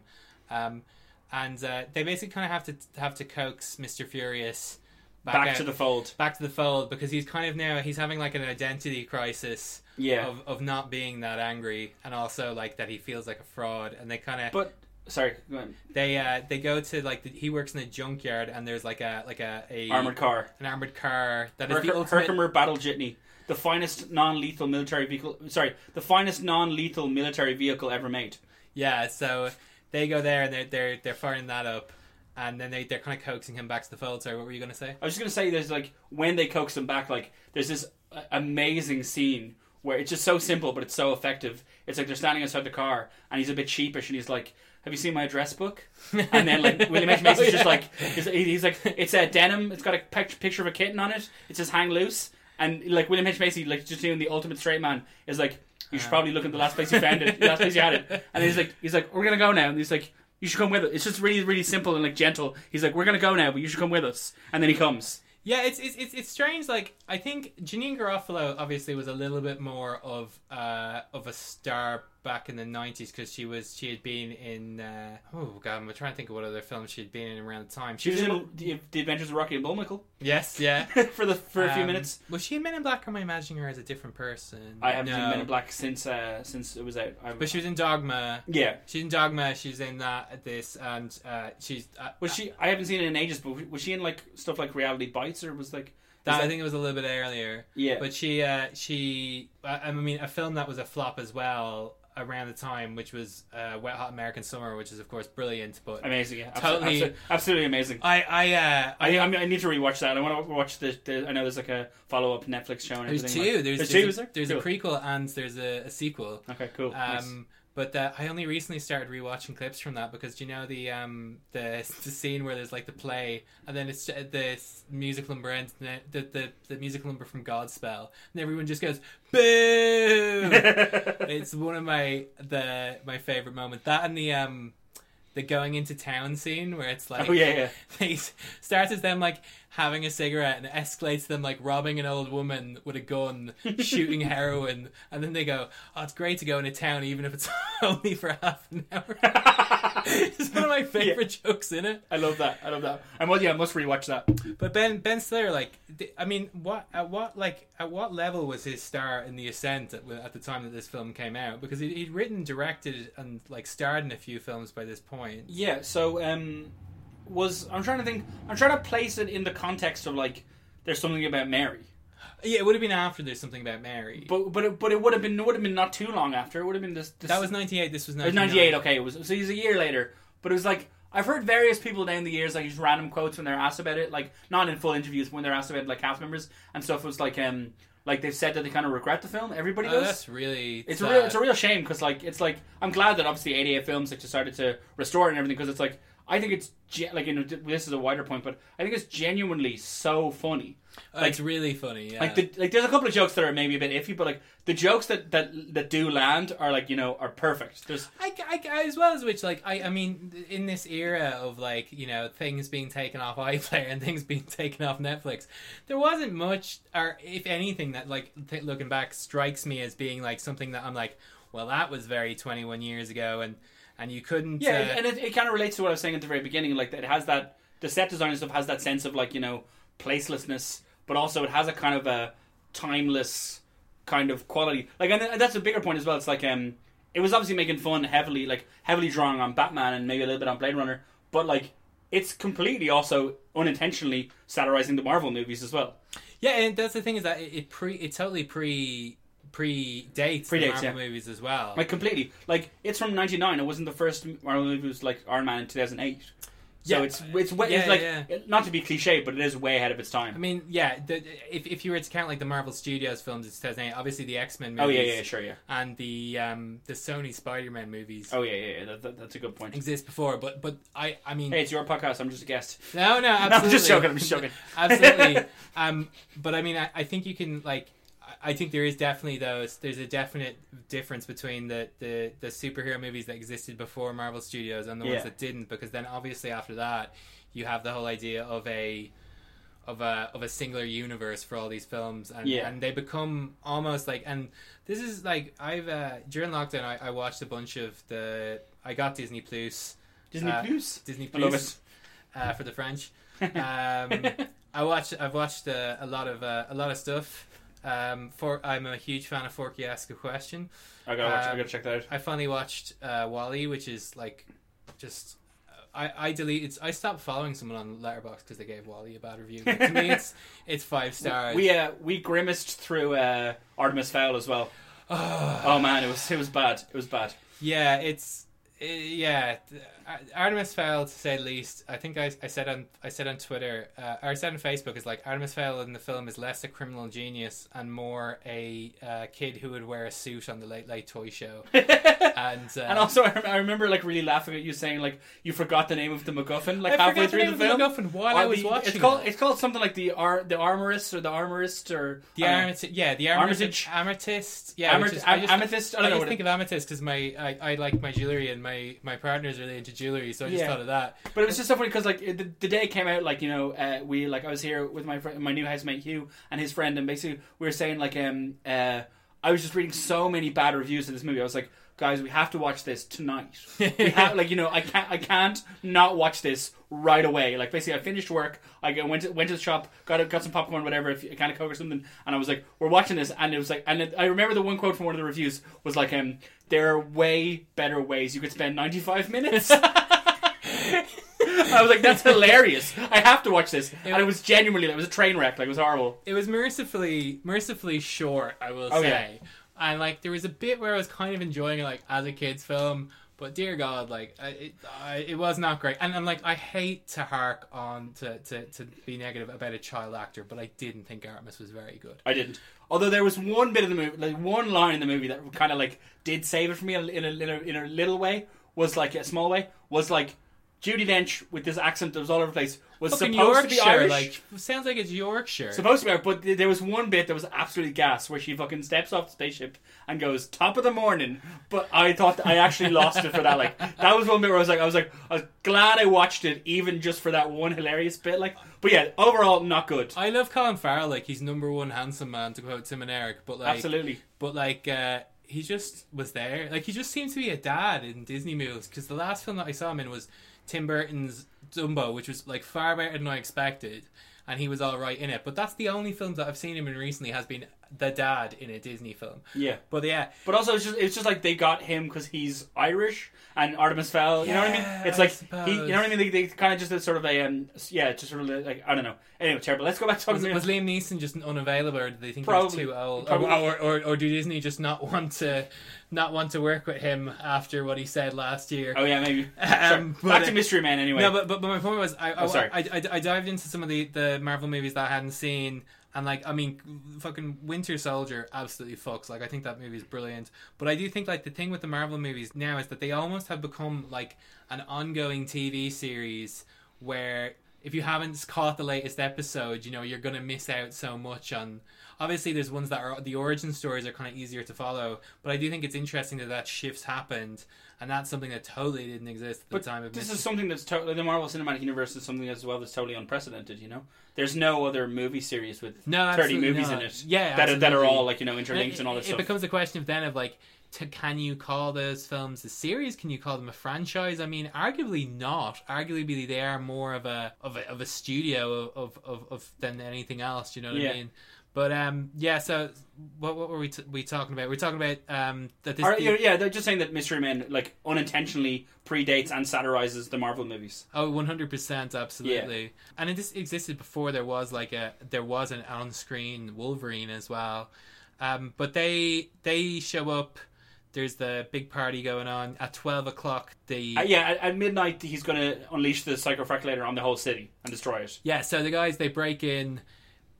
B: Um, and uh, they basically kind of have to have to coax Mister Furious back,
C: back
B: out-
C: to the fold.
B: back to the fold because he's kind of now he's having like an identity crisis.
C: Yeah,
B: Of, of not being that angry and also like that he feels like a fraud and they kind of
C: but sorry, go on.
B: They uh, they go to like the, he works in a junkyard and there's like a like a, a
C: armored car,
B: an armored car that is the
C: Herkimer,
B: ultimate.
C: Herkimer battle jitney, the finest non-lethal military vehicle. Sorry, the finest non-lethal military vehicle ever made.
B: Yeah, so they go there and they're they're they're firing that up, and then they they're kind of coaxing him back to the fold. Sorry, what were you gonna say?
C: I was just gonna say, there's like when they coax him back, like there's this uh, amazing scene where it's just so simple, but it's so effective. It's like they're standing outside the car, and he's a bit sheepish, and he's like, "Have you seen my address book?" And then like William H Macy's just like, he's, he's like, "It's a denim. It's got a pic- picture of a kitten on it. It says hang loose." And like William H Macy, like just doing the ultimate straight man, is like, "You should probably look in the last place you found it, the last place you had it." And he's like, he's like, "We're gonna go now," and he's like. You should come with us. It's just really, really simple and like gentle. He's like, "We're gonna go now, but you should come with us." And then he comes.
B: Yeah, it's it's it's, it's strange. Like I think Janine Garofalo obviously was a little bit more of uh, of a star back in the nineties because she was she had been in uh, oh god I'm trying to think of what other films she had been in around the time. She,
C: She was in the, the Adventures of Rocky and Bullwinkle
B: yes yeah.
C: for the for a few
B: Um,
C: minutes.
B: Was she in Men in Black? Or am I imagining her as a different person?
C: I haven't seen
B: No.
C: Men in Black since uh, since it was out. I'm,
B: But she was in Dogma.
C: yeah,
B: She's in Dogma. She's in that this, and uh, she's. Uh,
C: was she? I haven't seen it in ages. But was she in like stuff like Reality Bites or was like? is
B: that, I
C: that-
B: think it was a little bit earlier.
C: Yeah.
B: But she, uh, she, I I mean, a film that was a flop as well around the time, which was uh, Wet Hot American Summer, which is of course brilliant. But
C: amazing. Yeah,
B: Totally.
C: totally, absolutely, absolutely amazing. I,
B: I, I, uh, I.
C: I, mean, I need to rewatch that. I want to watch the, the. I know there's like a follow up Netflix show and
B: There's
C: everything.
B: two.
C: like-
B: There's,
C: there's,
B: there's
C: two.
B: a-
C: Is there?
B: There's
C: cool.
B: a prequel and there's a, a sequel.
C: Okay, cool. nice.
B: Um, But uh, I only recently started rewatching clips from that because do you know the um the, the scene where there's like the play and then it's uh, this musical number ends and it- the, the the musical number from Godspell and everyone just goes boo. it's one of my the my favorite moments. That and the um the going into town scene where it's like
C: Oh, yeah, yeah.
B: they s- starts as them like having a cigarette and it escalates to them like robbing an old woman with a gun, shooting heroin, and then they go, "Oh, it's great to go into town even if it's only for half an hour." it's one of my favorite jokes in it.
C: I love that. I love that. I must, yeah, I must rewatch that.
B: But Ben Ben Stiller, like, th- I mean, what at what like at what level was his star in the ascent at, at the time that this film came out? Because he'd, he'd written, directed, and like starred in a few films by this point.
C: Yeah. So um, was I'm trying to think. I'm trying to place it in the context of like there's something about Mary,
B: Yeah, it would have been after there's something about Mary.
C: but but it, but it would have been it would have been not too long after. It would have been this. this
B: that was ninety eight. This was
C: it was
B: ninety
C: 98. Okay, it was so he's a year later. But it was like I've heard various people down the years like just random quotes when they're asked about it, like not in full interviews when they're asked about like cast members and stuff. It was like um like they've said that they kind of regret the film. Everybody
B: Oh,
C: does.
B: that's really.
C: It's a
B: sad.
C: real, it's a real shame because like it's like I'm glad that obviously 88 Films like decided to restore it and everything because it's like I think it's ge- like you know th- this is a wider point but I think it's genuinely so funny.
B: Oh,
C: like-
B: it's really funny. Yeah.
C: Like the, like there's a couple of jokes that are maybe a bit iffy but like the jokes that that that do land are like you know are perfect. There's
B: I, I- as well as which, like, I, I mean, in this era of, like, you know, things being taken off iPlayer and things being taken off Netflix, there wasn't much, or if anything, that, like, th- looking back, strikes me as being, like, something that I'm like, well, that was very 21 years ago, and, and you couldn't.
C: yeah,
B: uh,
C: and it, it kind of relates to what I was saying at the very beginning. Like it has that the set design and stuff has that sense of like you know placelessness, but also it has a kind of a timeless kind of quality. Like and, th- and that's a bigger point as well. It's like um, it was obviously making fun heavily, like heavily drawing on Batman and maybe a little bit on Blade Runner, but like it's completely also unintentionally satirizing the Marvel movies as well.
B: Yeah, and that's the thing is that it, it pre, it totally pre, predates, the
C: Predates,
B: Marvel
C: yeah.
B: movies as well.
C: Like completely. Like it's from '99. It wasn't the first Marvel movie. It was like Iron Man in 2008. So
B: Yeah.
C: it's it's, way,
B: Yeah,
C: it's like
B: yeah.
C: it- not to be cliche, but it is way ahead of its time.
B: I mean, yeah, the, if, if you were to count, like, the Marvel Studios films, it's 2008, obviously the X Men movies.
C: oh yeah, yeah, sure, yeah.
B: and the um the Sony Spider Man movies
C: Oh yeah, yeah. yeah. That, that, that's a good point.
B: exist before, but but I I mean
C: Hey, it's your podcast. I'm just a guest.
B: no no
C: No,
B: absolutely
C: I'm just joking. I'm just joking.
B: absolutely um but I mean I, I think you can like I- I think there is definitely those there's a definite difference between the the the superhero movies that existed before Marvel Studios and the
C: Yeah.
B: ones that didn't because then obviously after that you have the whole idea of a of a of a singular universe for all these films and
C: Yeah.
B: and they become almost like and this is like I've uh, during lockdown I, I watched a bunch of the I got Disney Plus
C: Disney
B: Uh,
C: Plus.
B: Disney
C: I love
B: Plus uh, for the French. Um, I watch I've watched uh, a lot of uh, a lot of stuff. Um, for I'm a huge fan of Forky Ask a Question.
C: I gotta watch. I
B: um,
C: gotta check that out.
B: I finally watched uh, Wally, which is like just. uh, I, I deleted. I stopped following someone on Letterboxd because they gave Wally a bad review. But to me, it's it's five stars.
C: We uh, we grimaced through uh, Artemis Fowl as well. Oh man, it was it was bad. It was bad.
B: Yeah, it's uh, yeah. th- Ar- Artemis Fowl, to say the least. I think I, I said on I said on Twitter uh, or I said on Facebook is like Artemis Fowl in the film is less a criminal genius and more a uh, kid who would wear a suit on the Late Late Toy Show. and uh,
C: And also, I, rem- I remember like really laughing at you saying like you forgot the name of the MacGuffin like halfway through the, film.
B: MacGuffin while
C: Or
B: I was
C: the-
B: watching.
C: It's called
B: it.
C: it's called something like the ar- the armorist or the armorist or
B: the
C: I don't know.
B: Amet- yeah, the Amethyst.
C: Armitage.
B: Amethyst. Yeah, which
C: Ameth-
B: is- I just-
C: amethyst. I
B: I
C: don't know
B: just
C: what it-
B: think of amethyst because my I, I like my jewelry and my my partner's really into jewelry, so I just
C: Yeah.
B: thought of that.
C: But it was just so funny because like the, the day it came out, like you know, uh, we like I was here with my friend, my new housemate Hugh and his friend, and basically we were saying like um uh, I was just reading so many bad reviews of this movie. I was like, guys, we have to watch this tonight. we have like you know I can't I can't not watch this right away. Like basically, I finished work, I go- went to, went to the shop, got a- got some popcorn, whatever, if- a can of coke or something, and I was like, we're watching this, and it was like, and it, I remember the one quote from one of the reviews was like, um, there are way better ways you could spend ninety five minutes. I was like, that's hilarious. I have to watch this. and it was genuinely, it was a train wreck. Like, it was horrible.
B: it was mercifully mercifully short, I will
C: Oh,
B: say. And like there was a bit where I was kind of enjoying it, like as a kids film, but dear God, like I- it, I, it was not great. And I'm like, I hate to hark on to, to, to be negative about a child actor, but I didn't think Artemis was very good.
C: I didn't. Although there was one bit of the movie, like one line in the movie that kind of like did save it for me in a, in a, in a, in a little way, was like, a small way, was like, Judy Dench with this accent that was all over the place was
B: Fucking
C: supposed to be Irish.
B: like sounds like it's Yorkshire.
C: Supposed to be, Irish, but th- there was one bit that was absolutely gas where she fucking steps off the spaceship and goes top of the morning. But I thought I actually lost it for that. Like that was one bit where I was like, I was like, I was glad I watched it even just for that one hilarious bit. Like, but yeah, overall not good.
B: I love Colin Farrell, like he's number one handsome man to quote Tim and Eric, but like
C: Absolutely.
B: but like uh, he just was there. Like he just seems to be a dad in Disney movies because the last film that I saw him in was Tim Burton's Dumbo, which was like far better than I expected, and he was all right in it. But that's the only film that I've seen him in recently has been the dad in a Disney film.
C: Yeah.
B: But yeah,
C: But also, it's just it's just like they got him because he's Irish and Artemis Fowl. You know what I
B: Yeah,
C: mean? It's
B: I
C: like he, you know what I
B: suppose.
C: mean? They, they kind of just did sort of a um, yeah, it's just sort of like I don't know. Anyway, terrible. Let's go back to
B: was,
C: talking.
B: was Liam Neeson just unavailable, or did they think
C: Probably.
B: he was too old, or,
C: Probably.
B: or, or or do Disney just not want to not want to work with him after what he said last year?
C: oh yeah, maybe.
B: Um,
C: Sure.
B: but,
C: Back to
B: uh,
C: Mystery Man. Anyway, Oh,
B: No, but, but but my point was, I I,
C: sorry.
B: I, I I dived into some of the the Marvel movies that I hadn't seen, and like I mean, fucking Winter Soldier absolutely fucks. Like I think that movie is brilliant, but I do think like the thing with the Marvel movies now is that they almost have become like an ongoing TV series where if you haven't caught the latest episode, you know you're gonna miss out so much on. Obviously, there's ones that are the origin stories are kind of easier to follow, but I do think it's interesting that that shift's happened, and that's something that totally didn't exist at the time of
C: this
B: Mission
C: is something that's totally the Marvel Cinematic Universe is something as well that's totally unprecedented. You know, there's no other movie series with
B: No,
C: thirty
B: absolutely
C: movies
B: not.
C: in it.
B: Yeah,
C: that are, that are
B: absolutely.
C: all like you know interlinked
B: it,
C: and all
B: it
C: this stuff.
B: becomes a question of then of like, to, can you call those films a series? Can you call them a franchise? I mean, arguably not. Arguably, they are more of a of a, of a studio of, of, of, of than anything else. You know what
C: Yeah.
B: I mean? But um, yeah. So what what were we t- we talking about? We are talking about um that this.
C: Or, yeah, yeah, they're just saying that Mystery Man like unintentionally predates and satirizes the Marvel movies.
B: Oh, 100% absolutely. And it just existed before there was like a there was an on-screen Wolverine as well. Um, but they they show up there's the big party going on at 12 o'clock the
C: Uh, yeah, at, at midnight he's going to unleash the psychofraculator on the whole city and destroy it.
B: Yeah, so the guys they break in.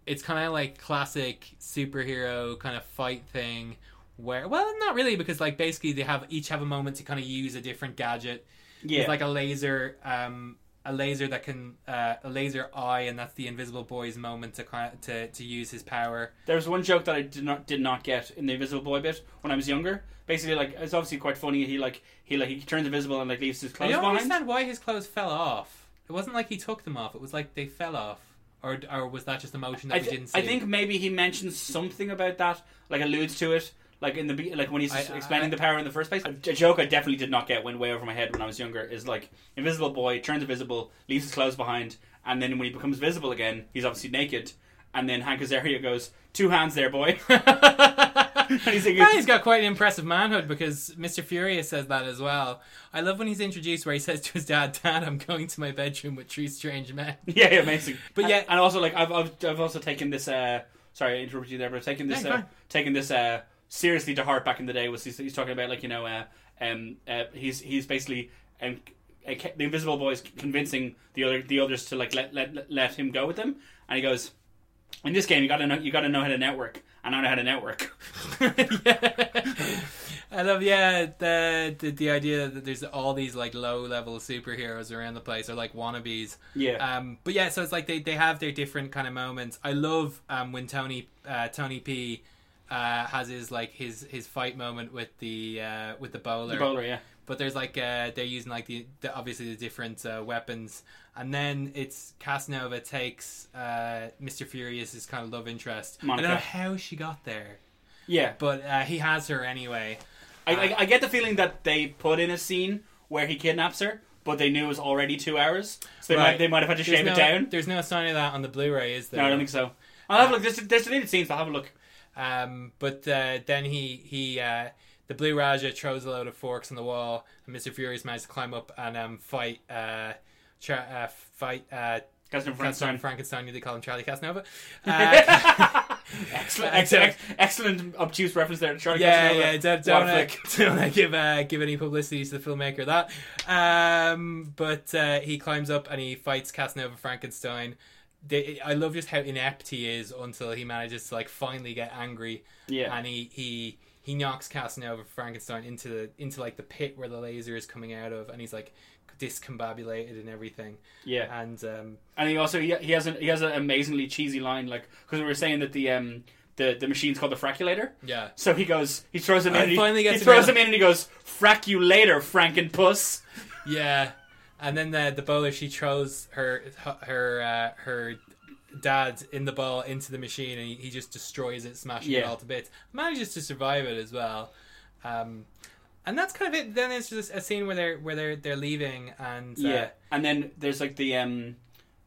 B: It's kind of like classic superhero kind of fight thing, where well, not really because like basically they have each have a moment to kind of use a different gadget.
C: Yeah.
B: There's like a laser, um, a laser that can uh, a laser eye, and that's the Invisible Boy's moment to kind to to use his power.
C: There's one joke that I did not did not get in the Invisible Boy bit when I was younger. Basically, like it's obviously quite funny. He like he like he turns invisible and like leaves his
B: I
C: clothes
B: don't
C: behind.
B: understand why his clothes fell off. It wasn't like he took them off. It was like they fell off, or or was that just a motion that
C: I,
B: we
C: thi-
B: didn't see?
C: I think maybe he mentions something about that, like alludes to it, like in the be- like when he's
B: I-
C: explaining
B: I-
C: the power in the first place. A a joke I definitely did not get went way over my head when I was younger is like Invisible Boy turns invisible, leaves his clothes behind, and then when he becomes visible again, he's obviously naked. And then Hank Azaria goes, two hands there, boy." he's like-
B: Well, he's got quite an impressive manhood because Mr. Furious says that as well. I love when he's introduced where he says to his dad, "Dad, I'm going to my bedroom with three strange men."
C: yeah, yeah, amazing.
B: But
C: And-
B: yeah-
C: and also like I've I've, I've also taken this. uh Sorry, I interrupted you there, but I've taken this
B: No,
C: uh,
B: fine.
C: taken this uh seriously to heart. Back in the day, was he's, he's talking about like you know, uh, um, uh, he's he's basically um. uh, ca- The Invisible Boy is convincing the other the others to like let let let him go with them, and he goes, "In this game, you gotta know you gotta know how to network, and I know how to network."
B: I love, yeah, the, the the idea that there's all these like low level superheroes around the place or like wannabes.
C: Yeah,
B: Um, but yeah, so it's like they, they have their different kind of moments. I love um, when Tony uh, Tony P uh, has his like his his fight moment with the uh, with the bowler.
C: the bowler. Yeah,
B: but there's like uh, they're using like the, the obviously the different uh, weapons, and then it's Casanova takes uh, Mr. Furious's kind of love interest. I
C: Monica.
B: don't know how she got there,
C: yeah.
B: but uh, he has her anyway.
C: I,
B: Uh,
C: I, I get the feeling that they put in a scene where he kidnaps her, but they knew it was already two hours, so they
B: Right.
C: might they might have had to
B: There's
C: shave
B: no,
C: it down.
B: There's no sign of that on the Blu-ray, is there?
C: No, I don't think so. I'll have a look. There's, there's deleted scenes. I'll have a look.
B: Um, but uh, then he he uh, the Blue Raja throws a load of forks on the wall, and Mr. Furious manages to climb up and um, fight uh, tra- uh, fight uh,
C: Castle
B: Frankenstein.
C: Frankenstein.
B: Frankenstein. They call him Charlie Casanova. Uh,
C: Excellent, excellent, excellent obtuse reference there. to Charlie
B: yeah,
C: Casanova.
B: yeah. Don't,
C: What a
B: don't, uh,
C: flick.
B: don't uh, give uh, give any publicity to the filmmaker of that. Um, but uh, he climbs up and he fights Casanova Frankenstein. They, I love just how inept he is until he manages to like finally get angry.
C: Yeah.
B: and he he he knocks Casanova Frankenstein into the into like the pit where the laser is coming out of, and he's like. discombobulated and everything.
C: Yeah,
B: And um,
C: and he also he, he has an, he has an amazingly cheesy line like because we were saying that the um the, the machine's called the fraculator.
B: yeah,
C: So he goes, he throws him in.
B: I
C: And he
B: finally get
C: he
B: to
C: throws
B: know-
C: him in and he goes, "Frack you later, Frankenpuss."
B: yeah. And then the the bowler she throws her her uh, her dad in the ball into the machine, and he, he just destroys it, smashing it
C: Yeah.
B: all to bits. Manages to survive it as well. Um, and that's kind of it. Then there's just a scene where they're where they're they're leaving, and uh,
C: Yeah, and then there's like the um,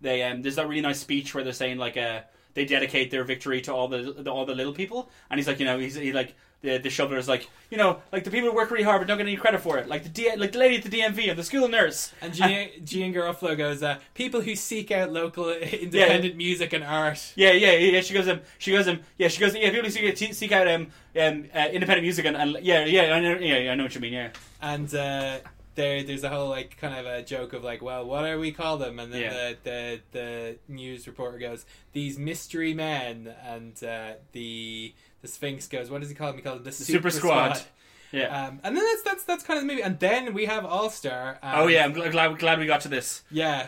C: they um, there's that really nice speech where they're saying like uh, they dedicate their victory to all the, the all the little people, and he's like, you know, he's he like the the shoveler is like, you know, like the people who work really hard but don't get any credit for it, like the D- like the lady at the DMV and the school nurse.
B: And Gian, Gian Garofalo goes, uh, people who seek out local independent music and art.
C: Yeah, yeah, yeah. yeah, She goes, um, she goes, um, yeah, she goes, yeah. People who seek, seek out um, um, uh, independent music and, and yeah, yeah, I know, yeah, yeah, I know what you mean. Yeah,
B: And uh, there, there's a whole like kind of a joke of like, well, what do we call them? And then
C: Yeah.
B: the, the the news reporter goes, these mystery men. And uh, the the Sphinx goes, what does he call them? He calls them the,
C: Super Squad. Uh, yeah.
B: Um, and then that's that's that's kind of the movie. And then we have All Star.
C: oh yeah, I'm gl- glad glad we got to this.
B: yeah.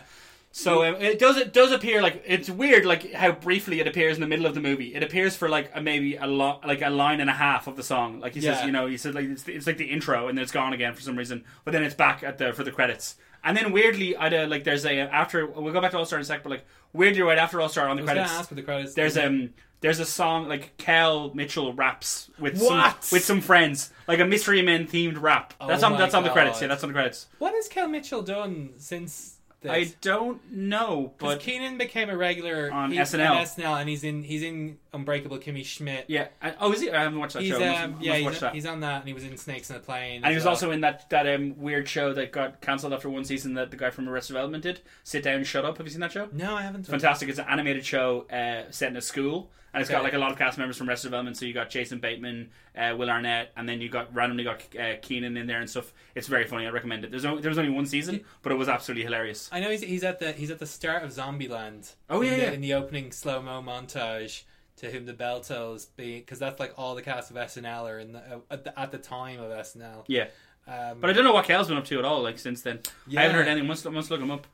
C: So um, it does it does appear like it's weird like how briefly it appears in the middle of the movie. It appears for like a, maybe a lot like a line and a half of the song. Like he
B: Yeah.
C: says, you know, he said like it's, it's like the intro and then it's gone again for some reason, but then it's back at the for the credits. And then weirdly, I uh, like there's a after we'll go back to All Star in a sec, but like weirdly right after All Star on the
B: I was gonna
C: credits,
B: ask for the credits.
C: there's um there's a song like Kel Mitchell raps with
B: What? Oh
C: some with some friends like a Mystery Men themed rap. that's on
B: my
C: that's on the credits.
B: God.
C: Yeah, that's on the credits.
B: what has Kel Mitchell done since? This?
C: I don't know,
B: But
C: but
B: Keenan became a regular
C: On
B: he's
C: SNL.
B: on SNL, and he's in he's in Unbreakable Kimmy Schmidt.
C: Yeah. I- Oh, is he? I haven't watched that
B: he's
C: show. I must-
B: um,
C: must
B: yeah,
C: watch
B: he's,
C: that.
B: he's on that, and he was in Snakes on a Plane.
C: and he
B: as
C: was
B: well.
C: also in that that um, weird show that got cancelled after one season that the guy from Arrested Development did. Sit down, shut up. Have you seen that show?
B: no, I haven't.
C: Fantastic! It's an animated show uh, set in a school, and it's got
B: Okay.
C: like a lot of cast members from Arrested Development. So you got Jason Bateman, uh, Will Arnett, and then you got randomly got uh, Keenan in there and stuff. It's very funny. I recommend it. There's only, there was only one season, but it was absolutely hilarious.
B: I know he's, he's at the he's at the start of Zombieland.
C: Oh,
B: in
C: yeah,
B: the,
C: yeah.
B: in the opening slow mo montage. To whom the bell tolls, because that's like all the cast of SNL are in the, uh, at, the, at the time of SNL.
C: Yeah,
B: Um,
C: but I don't know what Kel's been up to at all. Like since then,
B: Yeah.
C: I haven't heard anything. Must must look him up.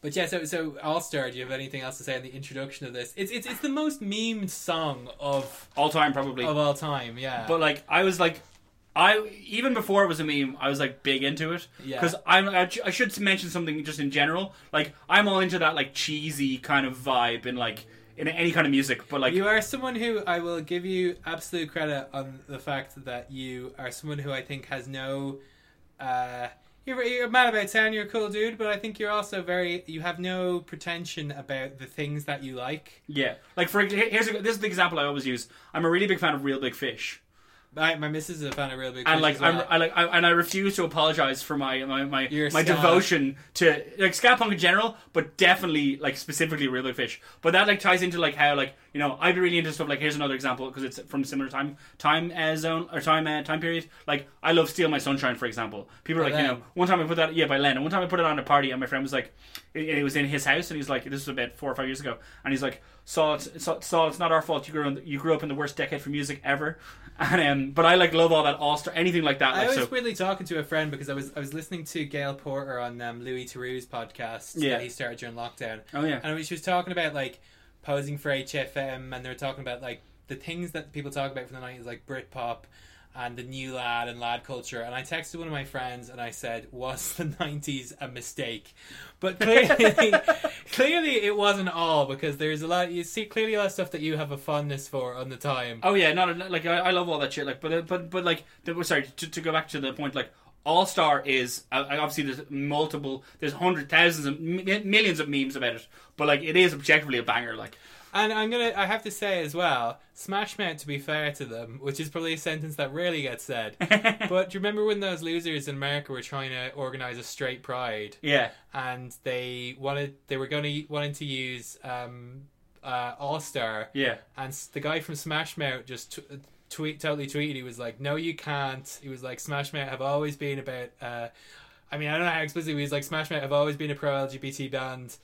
B: But yeah, so so All Star. Do you have anything else to say on the introduction of this? It's it's it's the most memed song of
C: All time probably.
B: of all time. Yeah,
C: But like, I was like, I even before it was a meme, I was like big into it.
B: Yeah.
C: Because I'm, I, sh- I should mention something just in general. Like, I'm all into that like cheesy kind of vibe in like in any kind of music. But like,
B: You are someone who I will give you absolute credit on the fact that you are someone who I think has no. Uh, you're, you're mad about town. You're a cool dude, but I think you're also very. You have no pretension about the things that you like.
C: yeah. Like for here- here's a, this is the example I always use. I'm a really big fan of Real Big Fish.
B: My, my missus is a fan of real big.
C: and
B: Fish
C: like
B: as well.
C: I'm, I like I, and I refuse to apologize for my my my,
B: Your
C: my
B: ska.
C: devotion to like ska punk in general, but definitely like specifically Real Big Fish. But that like ties into like how like you know I'd be really into stuff like here's another example because it's from similar time time uh, zone or time uh, time period. Like I love Steal My Sunshine for example. People are
B: By
C: like you
B: Len.
C: know one time I put that yeah by Len and one time I put it on a party and my friend was like it, it was in his house and he's like this was about four or five years ago and he's like Saul it's, Saul, Saul, it's not our fault you grew in, you grew up in the worst decade for music ever. And um, but I like love all that all star anything like that.
B: I
C: Like,
B: was
C: so,
B: weirdly talking to a friend because I was I was listening to Gail Porter on um, Louis Theroux's podcast
C: Yeah.
B: that he started during lockdown.
C: Oh, yeah.
B: and she was talking about like posing for HFM, and they were talking about like the things that people talk about from the night is like Britpop and the new lad and lad culture. And I texted one of my friends and I said, "Was the '90s a mistake?" But clearly, clearly it wasn't all because there's a lot. You see, clearly a lot of stuff that you have a fondness for on the time.
C: Oh yeah, not like I, I love all that shit. Like, but but but like, the, sorry to, to go back to the point. Like, All Star is uh, obviously there's multiple, there's hundred thousands of mi- millions of memes about it. But like, it is objectively a banger. Like,
B: And I'm gonna, I have to say as well, Smash Mouth. To be fair to them, which is probably a sentence that rarely gets said. but do you remember when those losers in America were trying to organize a straight pride,
C: yeah,
B: and they wanted, they were going to wanting to use um, uh, All Star,
C: yeah,
B: and s- the guy from Smash Mouth just t- tweet totally tweeted. He was like, "No, you can't." He was like, "Smash Mouth have always been about." Uh, I mean, I don't know how explicitly he was like, "Smash Mouth have always been a pro LGBT band."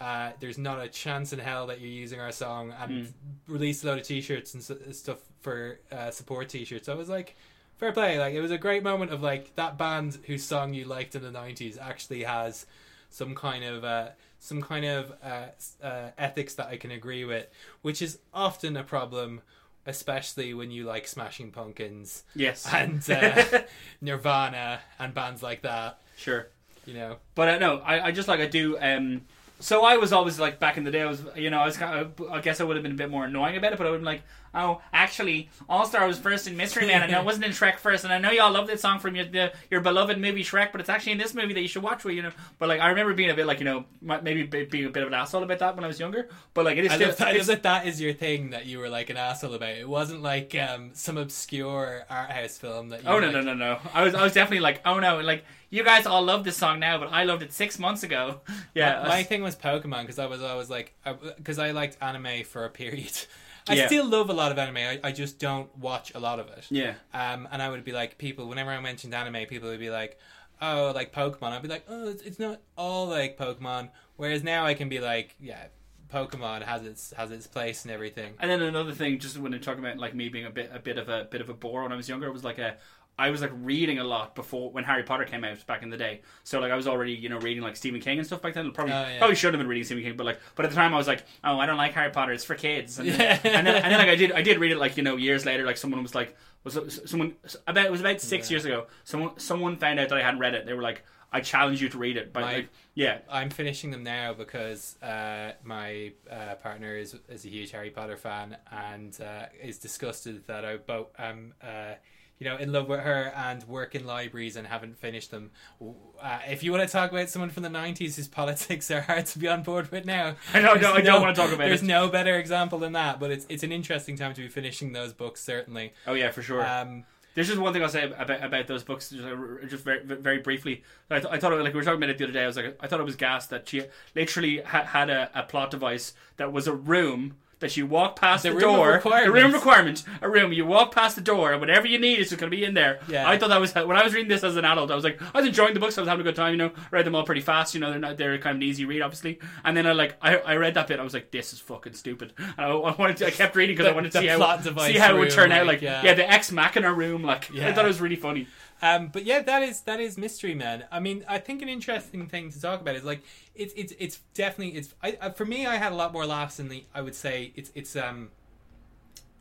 B: Uh, there's not a chance in hell that you're using our song and released a load of t-shirts and s- stuff for uh, support t-shirts. I was like, fair play. Like it was a great moment of like that band whose song you liked in the '90s actually has some kind of uh, some kind of uh, s- uh, ethics that I can agree with, which is often a problem, especially when you like Smashing Pumpkins
C: Yes.
B: and uh, Nirvana and bands like that.
C: sure.
B: You know,
C: But uh, no, I, I just like I do. Um, so I was always like back in the day. I was, you know, I was. Kind of, I guess I would have been a bit more annoying about it, but I would have been like, oh, actually, All Star was first in Mystery Man, and I wasn't in Shrek first. And I know y'all love that song from your the, your beloved movie Shrek, but it's actually in this movie that you should watch. Where you know, but like I remember being a bit like you know mi- maybe be- being a bit of an asshole about that when I was younger. But like it is
B: I
C: still.
B: love, that, I
C: it's-
B: love that that is your thing that you were like an asshole about. It wasn't like um, some obscure art house film that. You
C: Oh
B: were,
C: no
B: like,
C: no no no! I was I was definitely like oh no like you guys all love this song now, but I loved it six months ago. Yeah,
B: My thing was Pokemon because I was always like, because I, liked anime for a period. I
C: Yeah.
B: still love a lot of anime. I, I just don't watch a lot of it.
C: yeah.
B: Um, and I would be like, people, whenever I mentioned anime, people would be like, oh, like Pokemon. I'd be like, oh, it's, it's not all like Pokemon. Whereas now I can be like, yeah, Pokemon has its has its place and everything.
C: And then another thing, just when I'm talking about like me being a bit a bit of a bit of a bore when I was younger, it was like a I was like reading a lot before when Harry Potter came out back in the day. So like I was already you know reading like Stephen King and stuff back then. Probably
B: Oh, yeah.
C: probably should have been reading Stephen King, but like but at the time I was like oh I don't like Harry Potter, it's for kids. And,
B: Yeah.
C: then, and then and then like I did I did read it like you know years later like someone was like was someone about it was about six years ago someone someone found out that I hadn't read it. They were like I challenge you to read it, but
B: My-
C: like yeah
B: I'm finishing them now because uh, my uh, partner is is a huge Harry Potter fan and uh, is disgusted that I both am uh, you know in love with her and work in libraries and haven't finished them. Uh, if you want to talk about someone from the '90s whose politics are hard to be on board with now,
C: I know, I
B: there's
C: don't- I don't wanna talk about
B: There's
C: it.
B: no better example than that, but it's it's an interesting time to be finishing those books certainly.
C: oh yeah for sure.
B: Um,
C: There's just one thing I'll say about about those books, just, uh, just very very briefly. I, th- I thought it, was- like we were talking about it the other day. I was like, I thought it was gas that she literally ha- had a, a plot device that was a room that you walk past the,
B: The room of
C: door, the room
B: requirements.
C: requirement, a room. You walk past the door, and whatever you need is just going to be in there.
B: Yeah.
C: I thought that was when I was reading this as an adult. I was like, I was enjoying the books. I was having a good time. You know, read them all pretty fast. You know, they're not, they're kind of an easy read, obviously. And then I like I, I read that bit. I was like, this is fucking stupid. And I, I wanted to, I kept reading because I
B: The-
C: wanted to
B: the
C: see how
B: plot device
C: see how it would
B: room,
C: turn out.
B: like,
C: Like
B: yeah.
C: yeah, the ex Machina room. Like I
B: Yeah.
C: thought it was really funny.
B: Um, but yeah, that is that is Mystery Men. I mean, I think an interesting thing to talk about is like it's it's it's definitely it's I, I, for me. I had a lot more laughs in the. I would say it's it's um,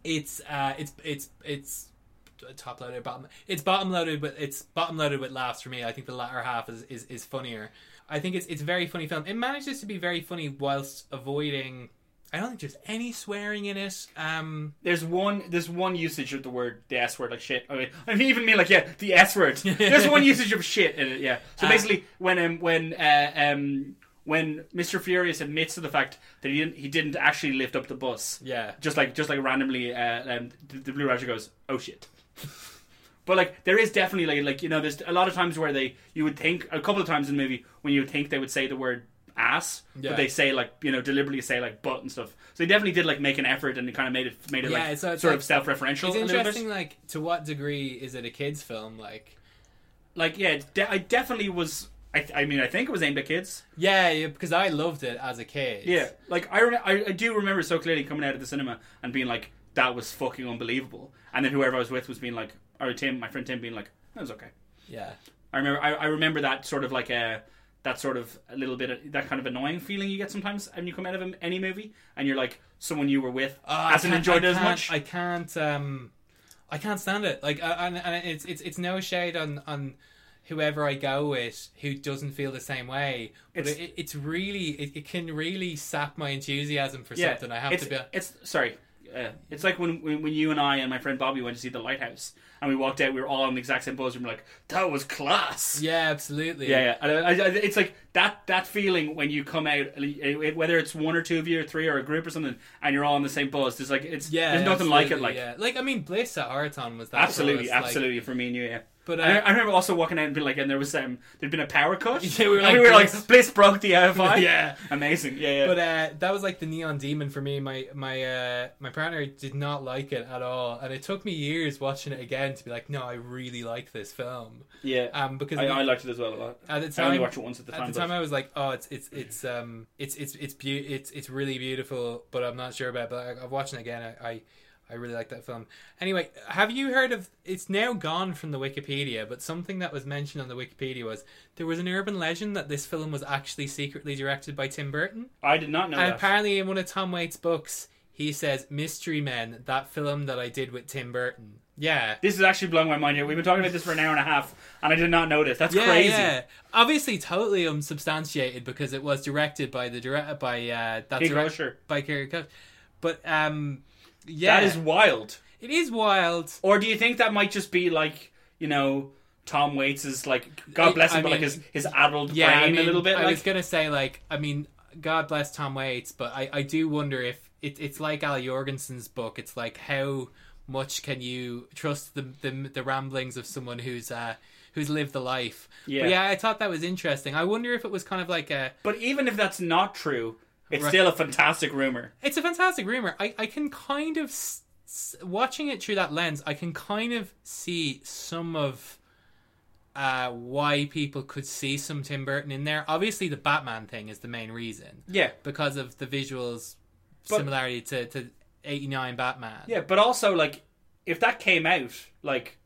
B: it's uh, it's it's it's top loaded bottom. It's bottom loaded, but it's bottom loaded with laughs for me. I think the latter half is is, is funnier. I think it's it's a very funny film. It manages to be very funny whilst avoiding. I don't think there's any swearing in it. Um,
C: There's one there's one usage of the word the S word like shit. I mean, I mean even mean like yeah the S word. There's one usage of shit in it. Yeah. So
B: Ah.
C: basically when um when uh, um when Mr Furious admits to the fact that he didn't he didn't actually lift up the bus.
B: yeah,
C: Just like just like randomly uh, um the, the Blue Ranger goes oh shit. But like there is definitely like like you know there's a lot of times where they you would think a couple of times in the movie when you would think they would say the word ass
B: Yeah.
C: but they say like you know deliberately say like butt and stuff so they definitely did like make an effort and it kind of made it made it
B: Yeah,
C: like
B: so it's
C: sort
B: like-
C: of self-referential
B: it's
C: a little
B: interesting.
C: bit
B: Like, to what degree is it a kids' film? Like.
C: like yeah it's de- I definitely was I, th- I mean I think it was aimed at kids
B: Yeah, yeah, because I loved it as a kid.
C: yeah like I, rem- I I do remember so clearly coming out of the cinema and being like that was fucking unbelievable and then whoever I was with was being like or Tim my friend Tim being like that was okay
B: yeah,
C: I remember I, I remember that sort of like a that sort of a little bit of that kind of annoying feeling you get sometimes when you come out of a- any movie and you're like someone you were with
B: Oh, I
C: hasn't
B: can't-
C: enjoyed
B: I
C: it as
B: can't-
C: much.
B: I can't. Um, I can't stand it. Like, uh, and, and it's it's it's no shade on on whoever I go with who doesn't feel the same way. But
C: It's-
B: it's, it, it's really it, it can really sap my enthusiasm for something. I have
C: it's,
B: to be.
C: It's sorry. Uh, it's like when, when when you and I and my friend Bobby went to see the lighthouse and we walked out. We were all on the exact same buzz and we're like, "That was class."
B: Yeah, absolutely.
C: Yeah, yeah. And I, I, I- it's like that that feeling when you come out, uh, whether it's one or two of you, or three, or a group or something, and you're all on the same buzz. There's like it's
B: Yeah,
C: there's nothing like it.
B: absolutely,
C: Like
B: yeah. like I mean, Bliss at Horaton was that. for
C: Absolutely,
B: us, like-
C: absolutely for me and you, yeah. But
B: But,
C: I,
B: uh,
C: I remember also walking out and being like, and there was um, there'd been a power cut.
B: Yeah, we were
C: and
B: like,
C: we were like,
B: "Bliss."
C: Bliss broke the AFI.
B: Yeah.
C: amazing. Yeah, yeah.
B: but uh, that was like the neon demon for me. My my uh, my partner did not like it at all, and it took me years watching it again to be like, no, I really like this film.
C: yeah.
B: Um, because Uh,
C: I, I liked it as well a lot.
B: at the
C: I only
B: time,
C: watched it once at the
B: at
C: time.
B: the time,
C: but-
B: I was like, oh, it's it's it's um it's it's it's beau- it's it's really beautiful, but I'm not sure about. It. But I, I'm watching it again. I, I I really like that film. Anyway, have you heard of? It's now gone from the Wikipedia, but something that was mentioned on the Wikipedia was there was an urban legend that this film was actually secretly directed by Tim Burton,
C: I did not know
B: and
C: that.
B: apparently in one of Tom Waits' books, he says "Mystery Men," that film that I did with Tim Burton. Yeah,
C: this is actually blowing my mind here. We've been talking about this for an hour and a half, and I did not know this. That's
B: yeah,
C: crazy.
B: yeah. Obviously, totally unsubstantiated because it was directed by the direct by uh, that
C: Big
B: direct-
C: Usher.
B: by Kerry Coach. But um, yeah,
C: That is wild.
B: it is wild.
C: Or do you think that might just be like you know Tom Waits is like God
B: I-
C: bless him,
B: I
C: but like
B: mean-
C: his his adult
B: Yeah,
C: brain
B: I mean,
C: a little bit.
B: I
C: like
B: was gonna say like I mean, God bless Tom Waits, but I I do wonder if it, it's like Al Jorgensen's book. It's like how much can you trust the the, the ramblings of someone who's uh who's lived the life.
C: Yeah.
B: but yeah. I thought that was interesting. I wonder if it was kind of like a
C: But even if that's not true, it's
B: Right.
C: still a fantastic rumor.
B: it's a fantastic rumor. I, I can kind of s- s- watching it through that lens. I can kind of see some of uh, why people could see some Tim Burton in there. Obviously, the Batman thing is the main reason
C: Yeah.
B: because of the visuals
C: But-
B: similarity to to eighty nine Batman.
C: Yeah, but also like if that came out like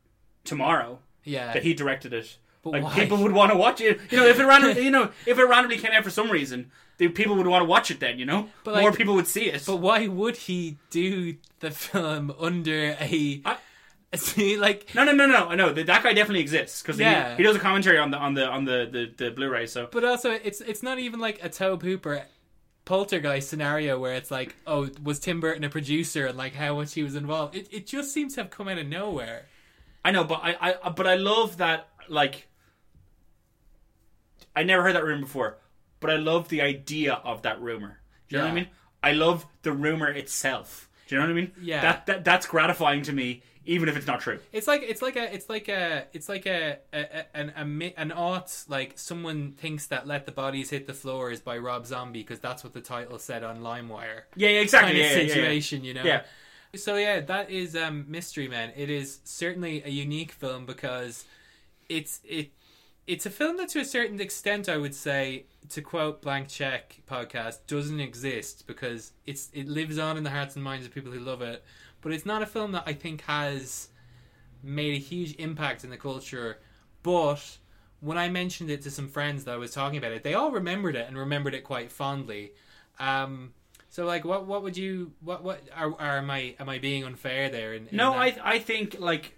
C: tomorrow
B: yeah.
C: that he directed it,
B: But
C: like
B: why?
C: people would want to watch it. You know, if it randomly, you know, if it randomly came out for some reason, the people would want to watch it then, you know?
B: But, like-
C: More people would see it.
B: But why would he do the film under a?
C: I-
B: see, like
C: no, no, no, no, I know that that guy definitely exists because
B: Yeah.
C: he, he does a commentary on the on the on the the, the Blu-ray. So
B: But also, it's it's not even like a Tobe Hooper poltergeist scenario where it's like, oh, was Tim Burton a producer and like how much he was involved. It it just seems to have come out of nowhere.
C: I know, but I, I but I love that like I never heard that rumor before, but I love the idea of that rumor. Do you know what I
B: Yeah.
C: mean? I love the rumor itself. Do you know what I mean?
B: Yeah.
C: That, that that's gratifying to me, even if it's not true.
B: It's like it's like a it's like a it's like a, a, a an a, mi- an art like someone thinks that "Let the Bodies Hit the Floor" is by Rob Zombie because that's what the title said on LimeWire.
C: Yeah, yeah exactly.
B: Kind of
C: yeah, yeah, yeah, yeah.
B: situation, you know.
C: Yeah.
B: So yeah, that is um, Mystery Man. It is certainly a unique film because it's it it's a film that to a certain extent I would say to quote Blank Check podcast doesn't exist because it's it lives on in the hearts and minds of people who love it, but it's not a film that I think has made a huge impact in the culture, but when I mentioned it to some friends that I was talking about it, they all remembered it and remembered it quite fondly. Um, so, like, what what would you what what are, are am I am I being unfair there? In, in
C: No,
B: that?
C: I I think like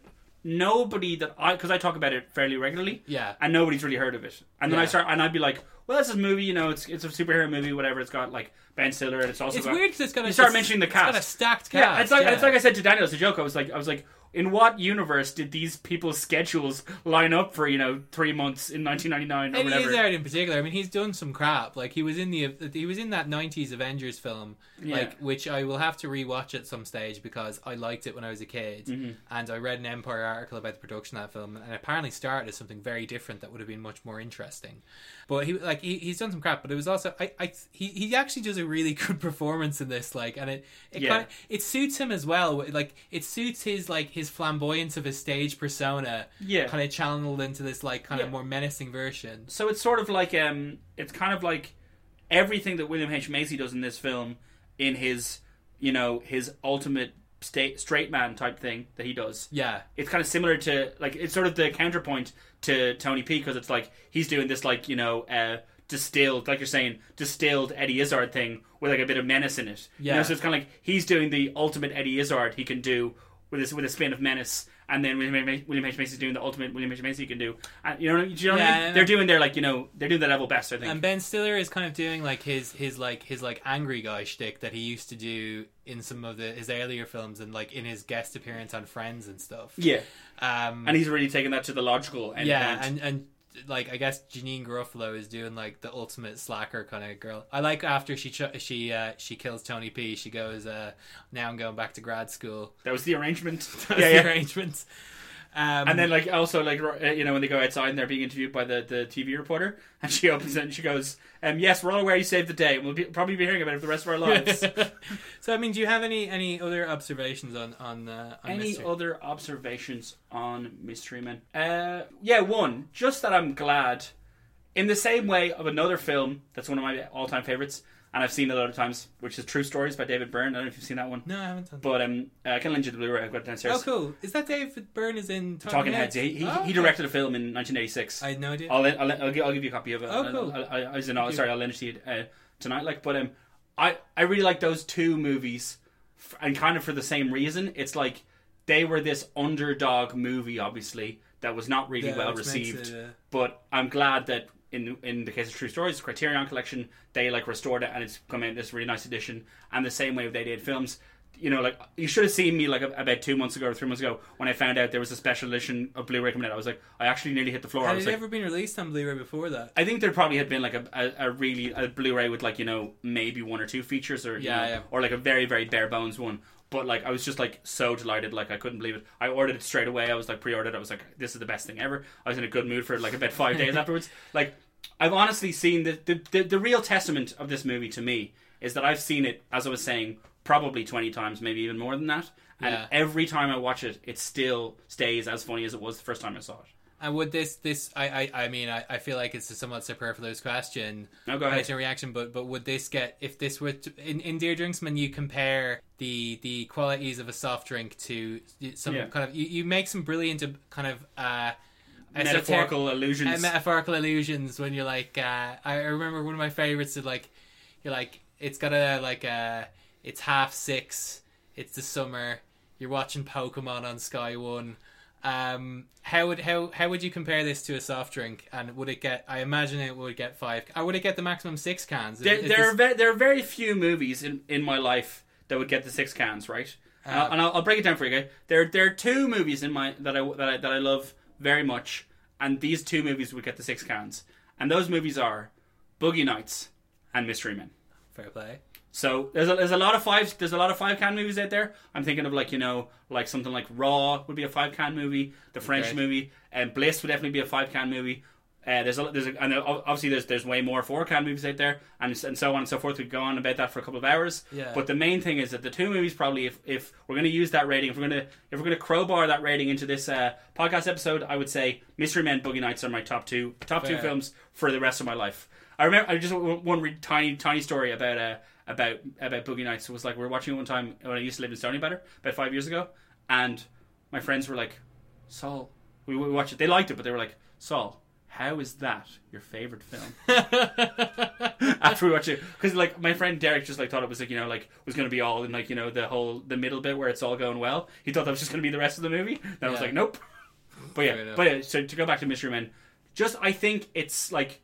C: nobody that I because I talk about it fairly regularly.
B: Yeah.
C: and nobody's really heard of it. And then I
B: Yeah.
C: start and I'd be like, well, this is a movie. You know, it's it's a superhero movie, whatever. It's got like Ben Stiller and it's also
B: it's
C: got,
B: weird because it's got a,
C: you start
B: it's-
C: mentioning the
B: it's got a
C: cast.
B: stacked cast.
C: Yeah, it's like it's like I said to Daniel as a joke. I was like, I was like, in what universe did these people's schedules line up for you know three months in 1999 or
B: Eddie
C: whatever?
B: Izzard in particular. I mean, he's done some crap. Like he was in the he was in that '90s Avengers film, like which I will have to rewatch at some stage because I liked it when I was a kid,
C: Mm-hmm.
B: and I read an Empire article about the production of that film, and apparently started as something very different that would have been much more interesting. But he like he, he's done some crap, but it was also I, I he he actually does a really good performance in this, like, and it it
C: Yeah.
B: kind of it suits him as well. Like it suits his like his flamboyance of his stage persona,
C: Yeah.
B: kind of channeled into this like kind
C: Yeah.
B: of more menacing version.
C: So it's sort of like um, it's kind of like everything that William H Macy does in this film, in his you know his ultimate state straight man type thing that he does.
B: Yeah,
C: It's kind of similar to like it's sort of the counterpoint to Tony P because it's like he's doing this like you know uh, distilled like you're saying distilled Eddie Izzard thing with like a bit of menace in it. You know,
B: Yeah.
C: so it's kind of like he's doing the ultimate Eddie Izzard he can do with this with a spin of menace, and then William H. William H. Macy's doing the ultimate William H. Macy can do. And you know, what I- do you know what
B: Yeah,
C: I mean?
B: and-
C: They're doing their like you know they're doing their level best. I think.
B: and Ben Stiller is kind of doing like his his like his like angry guy shtick that he used to do in some of the his earlier films and like in his guest appearance on Friends and stuff.
C: yeah,
B: um,
C: and he's really taking that to the logical end.
B: yeah,
C: point.
B: and and like I guess Janine Garofalo is doing like the ultimate slacker kind of girl. I like after she ch- she uh, she kills Tony P. She goes, uh, "Now I'm going back to grad school."
C: that was the arrangement.
B: That's
C: yeah,
B: the
C: yeah.
B: arrangements. Um,
C: And then, like, also, like, ro- uh, you know, when they go outside and they're being interviewed by the, the TV reporter, and she opens it and she goes, um, "Yes, we're all aware you saved the day, and we'll be, probably be hearing about it for the rest of our lives."
B: so I mean, do you have any any other observations on on, uh, on
C: Any
B: Mystery?
C: other observations on Mystery Men? Uh, yeah, one, just that I'm glad In the same way of another film that's one of my all-time favorites, and I've seen it a lot of times, which is True Stories by David Byrne. I don't know if you've seen that one,
B: No, I haven't done that.
C: but um, I can lend you the Blu-ray. I've got it downstairs.
B: Oh, cool. Is that David Byrne is in Talking,
C: Talking Heads. He, he,
B: Oh,
C: he
B: okay.
C: directed a film in 1986.
B: I had no idea.
C: I'll, let- I'll, let- I'll, gi- I'll give you a copy of it.
B: Oh,
C: I'll-
B: cool.
C: I'll, I, I, as in, I'll-
B: Thank you.
C: sorry, I'll lend it to you uh, tonight. Like, but um, I I really like those two movies, f- and kind of for the same reason. It's like they were this underdog movie, obviously that was not really
B: Yeah,
C: well
B: which makes
C: received.
B: it, uh,
C: But I'm glad that in in the case of True Stories, Criterion Collection, they like restored it and it's come in this really nice edition. And the same way they did films. You know, like you should have seen me like a- about two months ago or three months ago when I found out there was a special edition of Blu-ray coming out. I was like, I actually nearly hit the floor. I
B: Had
C: was
B: it
C: like,
B: ever been released on Blu-ray before that?
C: I think there probably had been like a, a, a really a Blu-ray with like you know maybe one or two features or you
B: Yeah,
C: know,
B: yeah.
C: or like a very very bare bones one. But like I was just like so delighted, like I couldn't believe it. I ordered it straight away. I was like pre-ordered. I was like, this is the best thing ever. I was in a good mood for like about five days afterwards. Like I've honestly seen the the, the the real testament of this movie to me is that I've seen it as I was saying probably twenty times, maybe even more than that. And
B: Yeah.
C: every time I watch it, it still stays as funny as it was the first time I saw it.
B: And would this this I I, I mean I, I feel like it's a somewhat superfluous question.
C: No, go ahead.
B: Question reaction, but but would this get if this were to, in in Dear Drinksman you compare the the qualities of a soft drink to some
C: Yeah.
B: kind of you, you make some brilliant uh, kind of uh esoteric-
C: Metaphorical
B: uh,
C: illusions.
B: metaphorical illusions when you're like uh, I remember one of my favorites is like you're like it's got a like a it's half six it's the summer you're watching Pokemon on Sky One um how would how how would you compare this to a soft drink and would it get I imagine it would get five I would it get the maximum six cans
C: there,
B: Is
C: there, are
B: this-
C: ve- there are very few movies in, in my life that would get the six cans right, and, I'll, and I'll, I'll break it down for you guys. There there are two movies in my that I that I, that I love very much, and these two movies would get the six cans, and those movies are Boogie Nights and Mystery Men.
B: fair play
C: So there's a, there's a lot of five there's a lot of five can movies out there. I'm thinking of like you know like something like Raw would be a five can movie, the French
B: Okay.
C: movie, and Bliss would definitely be a five can movie. Uh, there's a, there's a, and ob- obviously there's there's way more four can movies out there, and s- and so on and so forth. We could go on about that for a couple of hours.
B: Yeah.
C: But the main thing is that the two movies probably if, if we're going to use that rating, if we're going to if we're going to crowbar that rating into this uh, podcast episode, I would say Mystery Men, Boogie Nights are my top two top two
B: Fair.
C: films for the rest of my life. I remember I just one one re- tiny tiny story about uh, about about Boogie Nights was like we were watching it one time when I used to live in Stony Better about five years ago, and my friends were like, "Saul, we, we watched it. They liked it, but they were like, Saul, how is that your favorite film?" after we watch it because like my friend Derek just like thought it was like you know like was gonna be all in like you know the whole the middle bit where it's all going well he thought that was just gonna be the rest of the movie then I was
B: Yeah.
C: like nope but
B: Fair
C: yeah
B: enough.
C: but yeah, so to go back to Mystery Men just I think it's like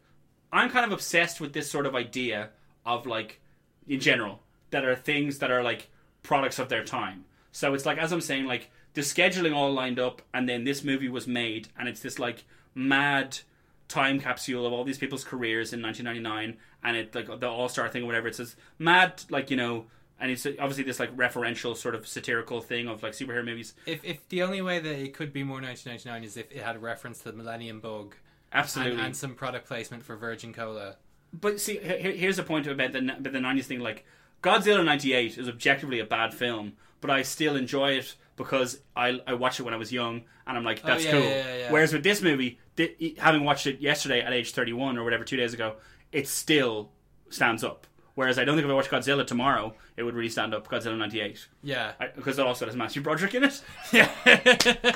C: I'm kind of obsessed with this sort of idea of like in general that are things that are like products of their time so it's like as I'm saying like the scheduling all lined up and then this movie was made and it's this like mad time capsule of all these people's careers in 1999 and it like the all-star thing or whatever it says mad like you know and it's obviously this like referential sort of satirical thing of like superhero movies
B: if if the only way that it could be more 1999 is if it had a reference to the Millennium Bug and,
C: absolutely
B: and some product placement for Virgin Cola
C: but see he- he- here's the point about the about the 90s thing like Godzilla 98 is objectively a bad film but I still enjoy it because I, I watched it when I was young and I'm like that's
B: Oh, yeah,
C: cool
B: yeah, yeah, yeah.
C: whereas with this movie thi- having watched it yesterday at age 31 or whatever two days ago it still stands up whereas I don't think if I watched Godzilla tomorrow it would really stand up Godzilla 98
B: yeah
C: because it also has Matthew Broderick in it
B: I,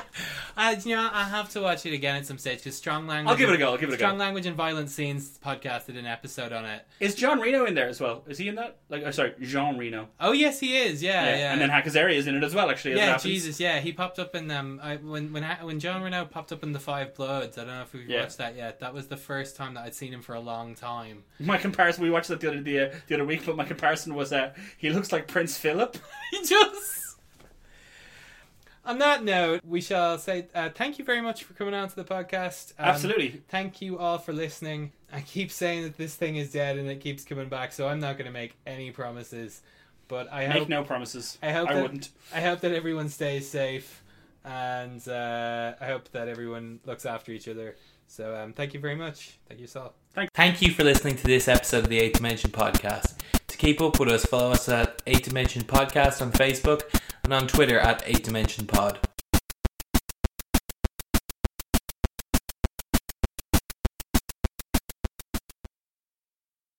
B: Uh, you know, I have to watch it again at some stage because strong language.
C: I'll give it a go I'll give it a
B: Strong
C: go
B: language and violent scenes podcast did an episode on it.
C: is John Reno in there as well is he in that like oh, sorry Jean Reno
B: Oh yes, he is. Yeah, yeah.
C: and then Hakazari is in it as well actually as it
B: yeah,
C: happens.
B: Jesus, yeah. He popped up in um I, when when I- when John Renault popped up in the Five Bloods. I don't know if we've
C: Yeah.
B: watched that yet. That was the first time that I'd seen him for a long time.
C: My comparison, we watched that the other the, uh, the other week, but my comparison was uh, he looks like Prince Philip.
B: He just. On that note, we shall say uh, thank you very much for coming on to the podcast. Um,
C: Absolutely.
B: Thank you all for listening. I keep saying that this thing is dead and it keeps coming back, so I'm not going to make any promises. But I
C: Make
B: hope
C: no promises.
B: I hope that-
C: wouldn't.
B: I hope that everyone stays safe, and uh, I hope that everyone looks after each other. So um, thank you very much. Thank you, Saul.
C: Thank-
B: thank you for listening to this episode of the Eight Dimension Podcast. To keep up with us, follow us at Eight Dimension Podcast on Facebook and on Twitter at Eight Dimension Pod.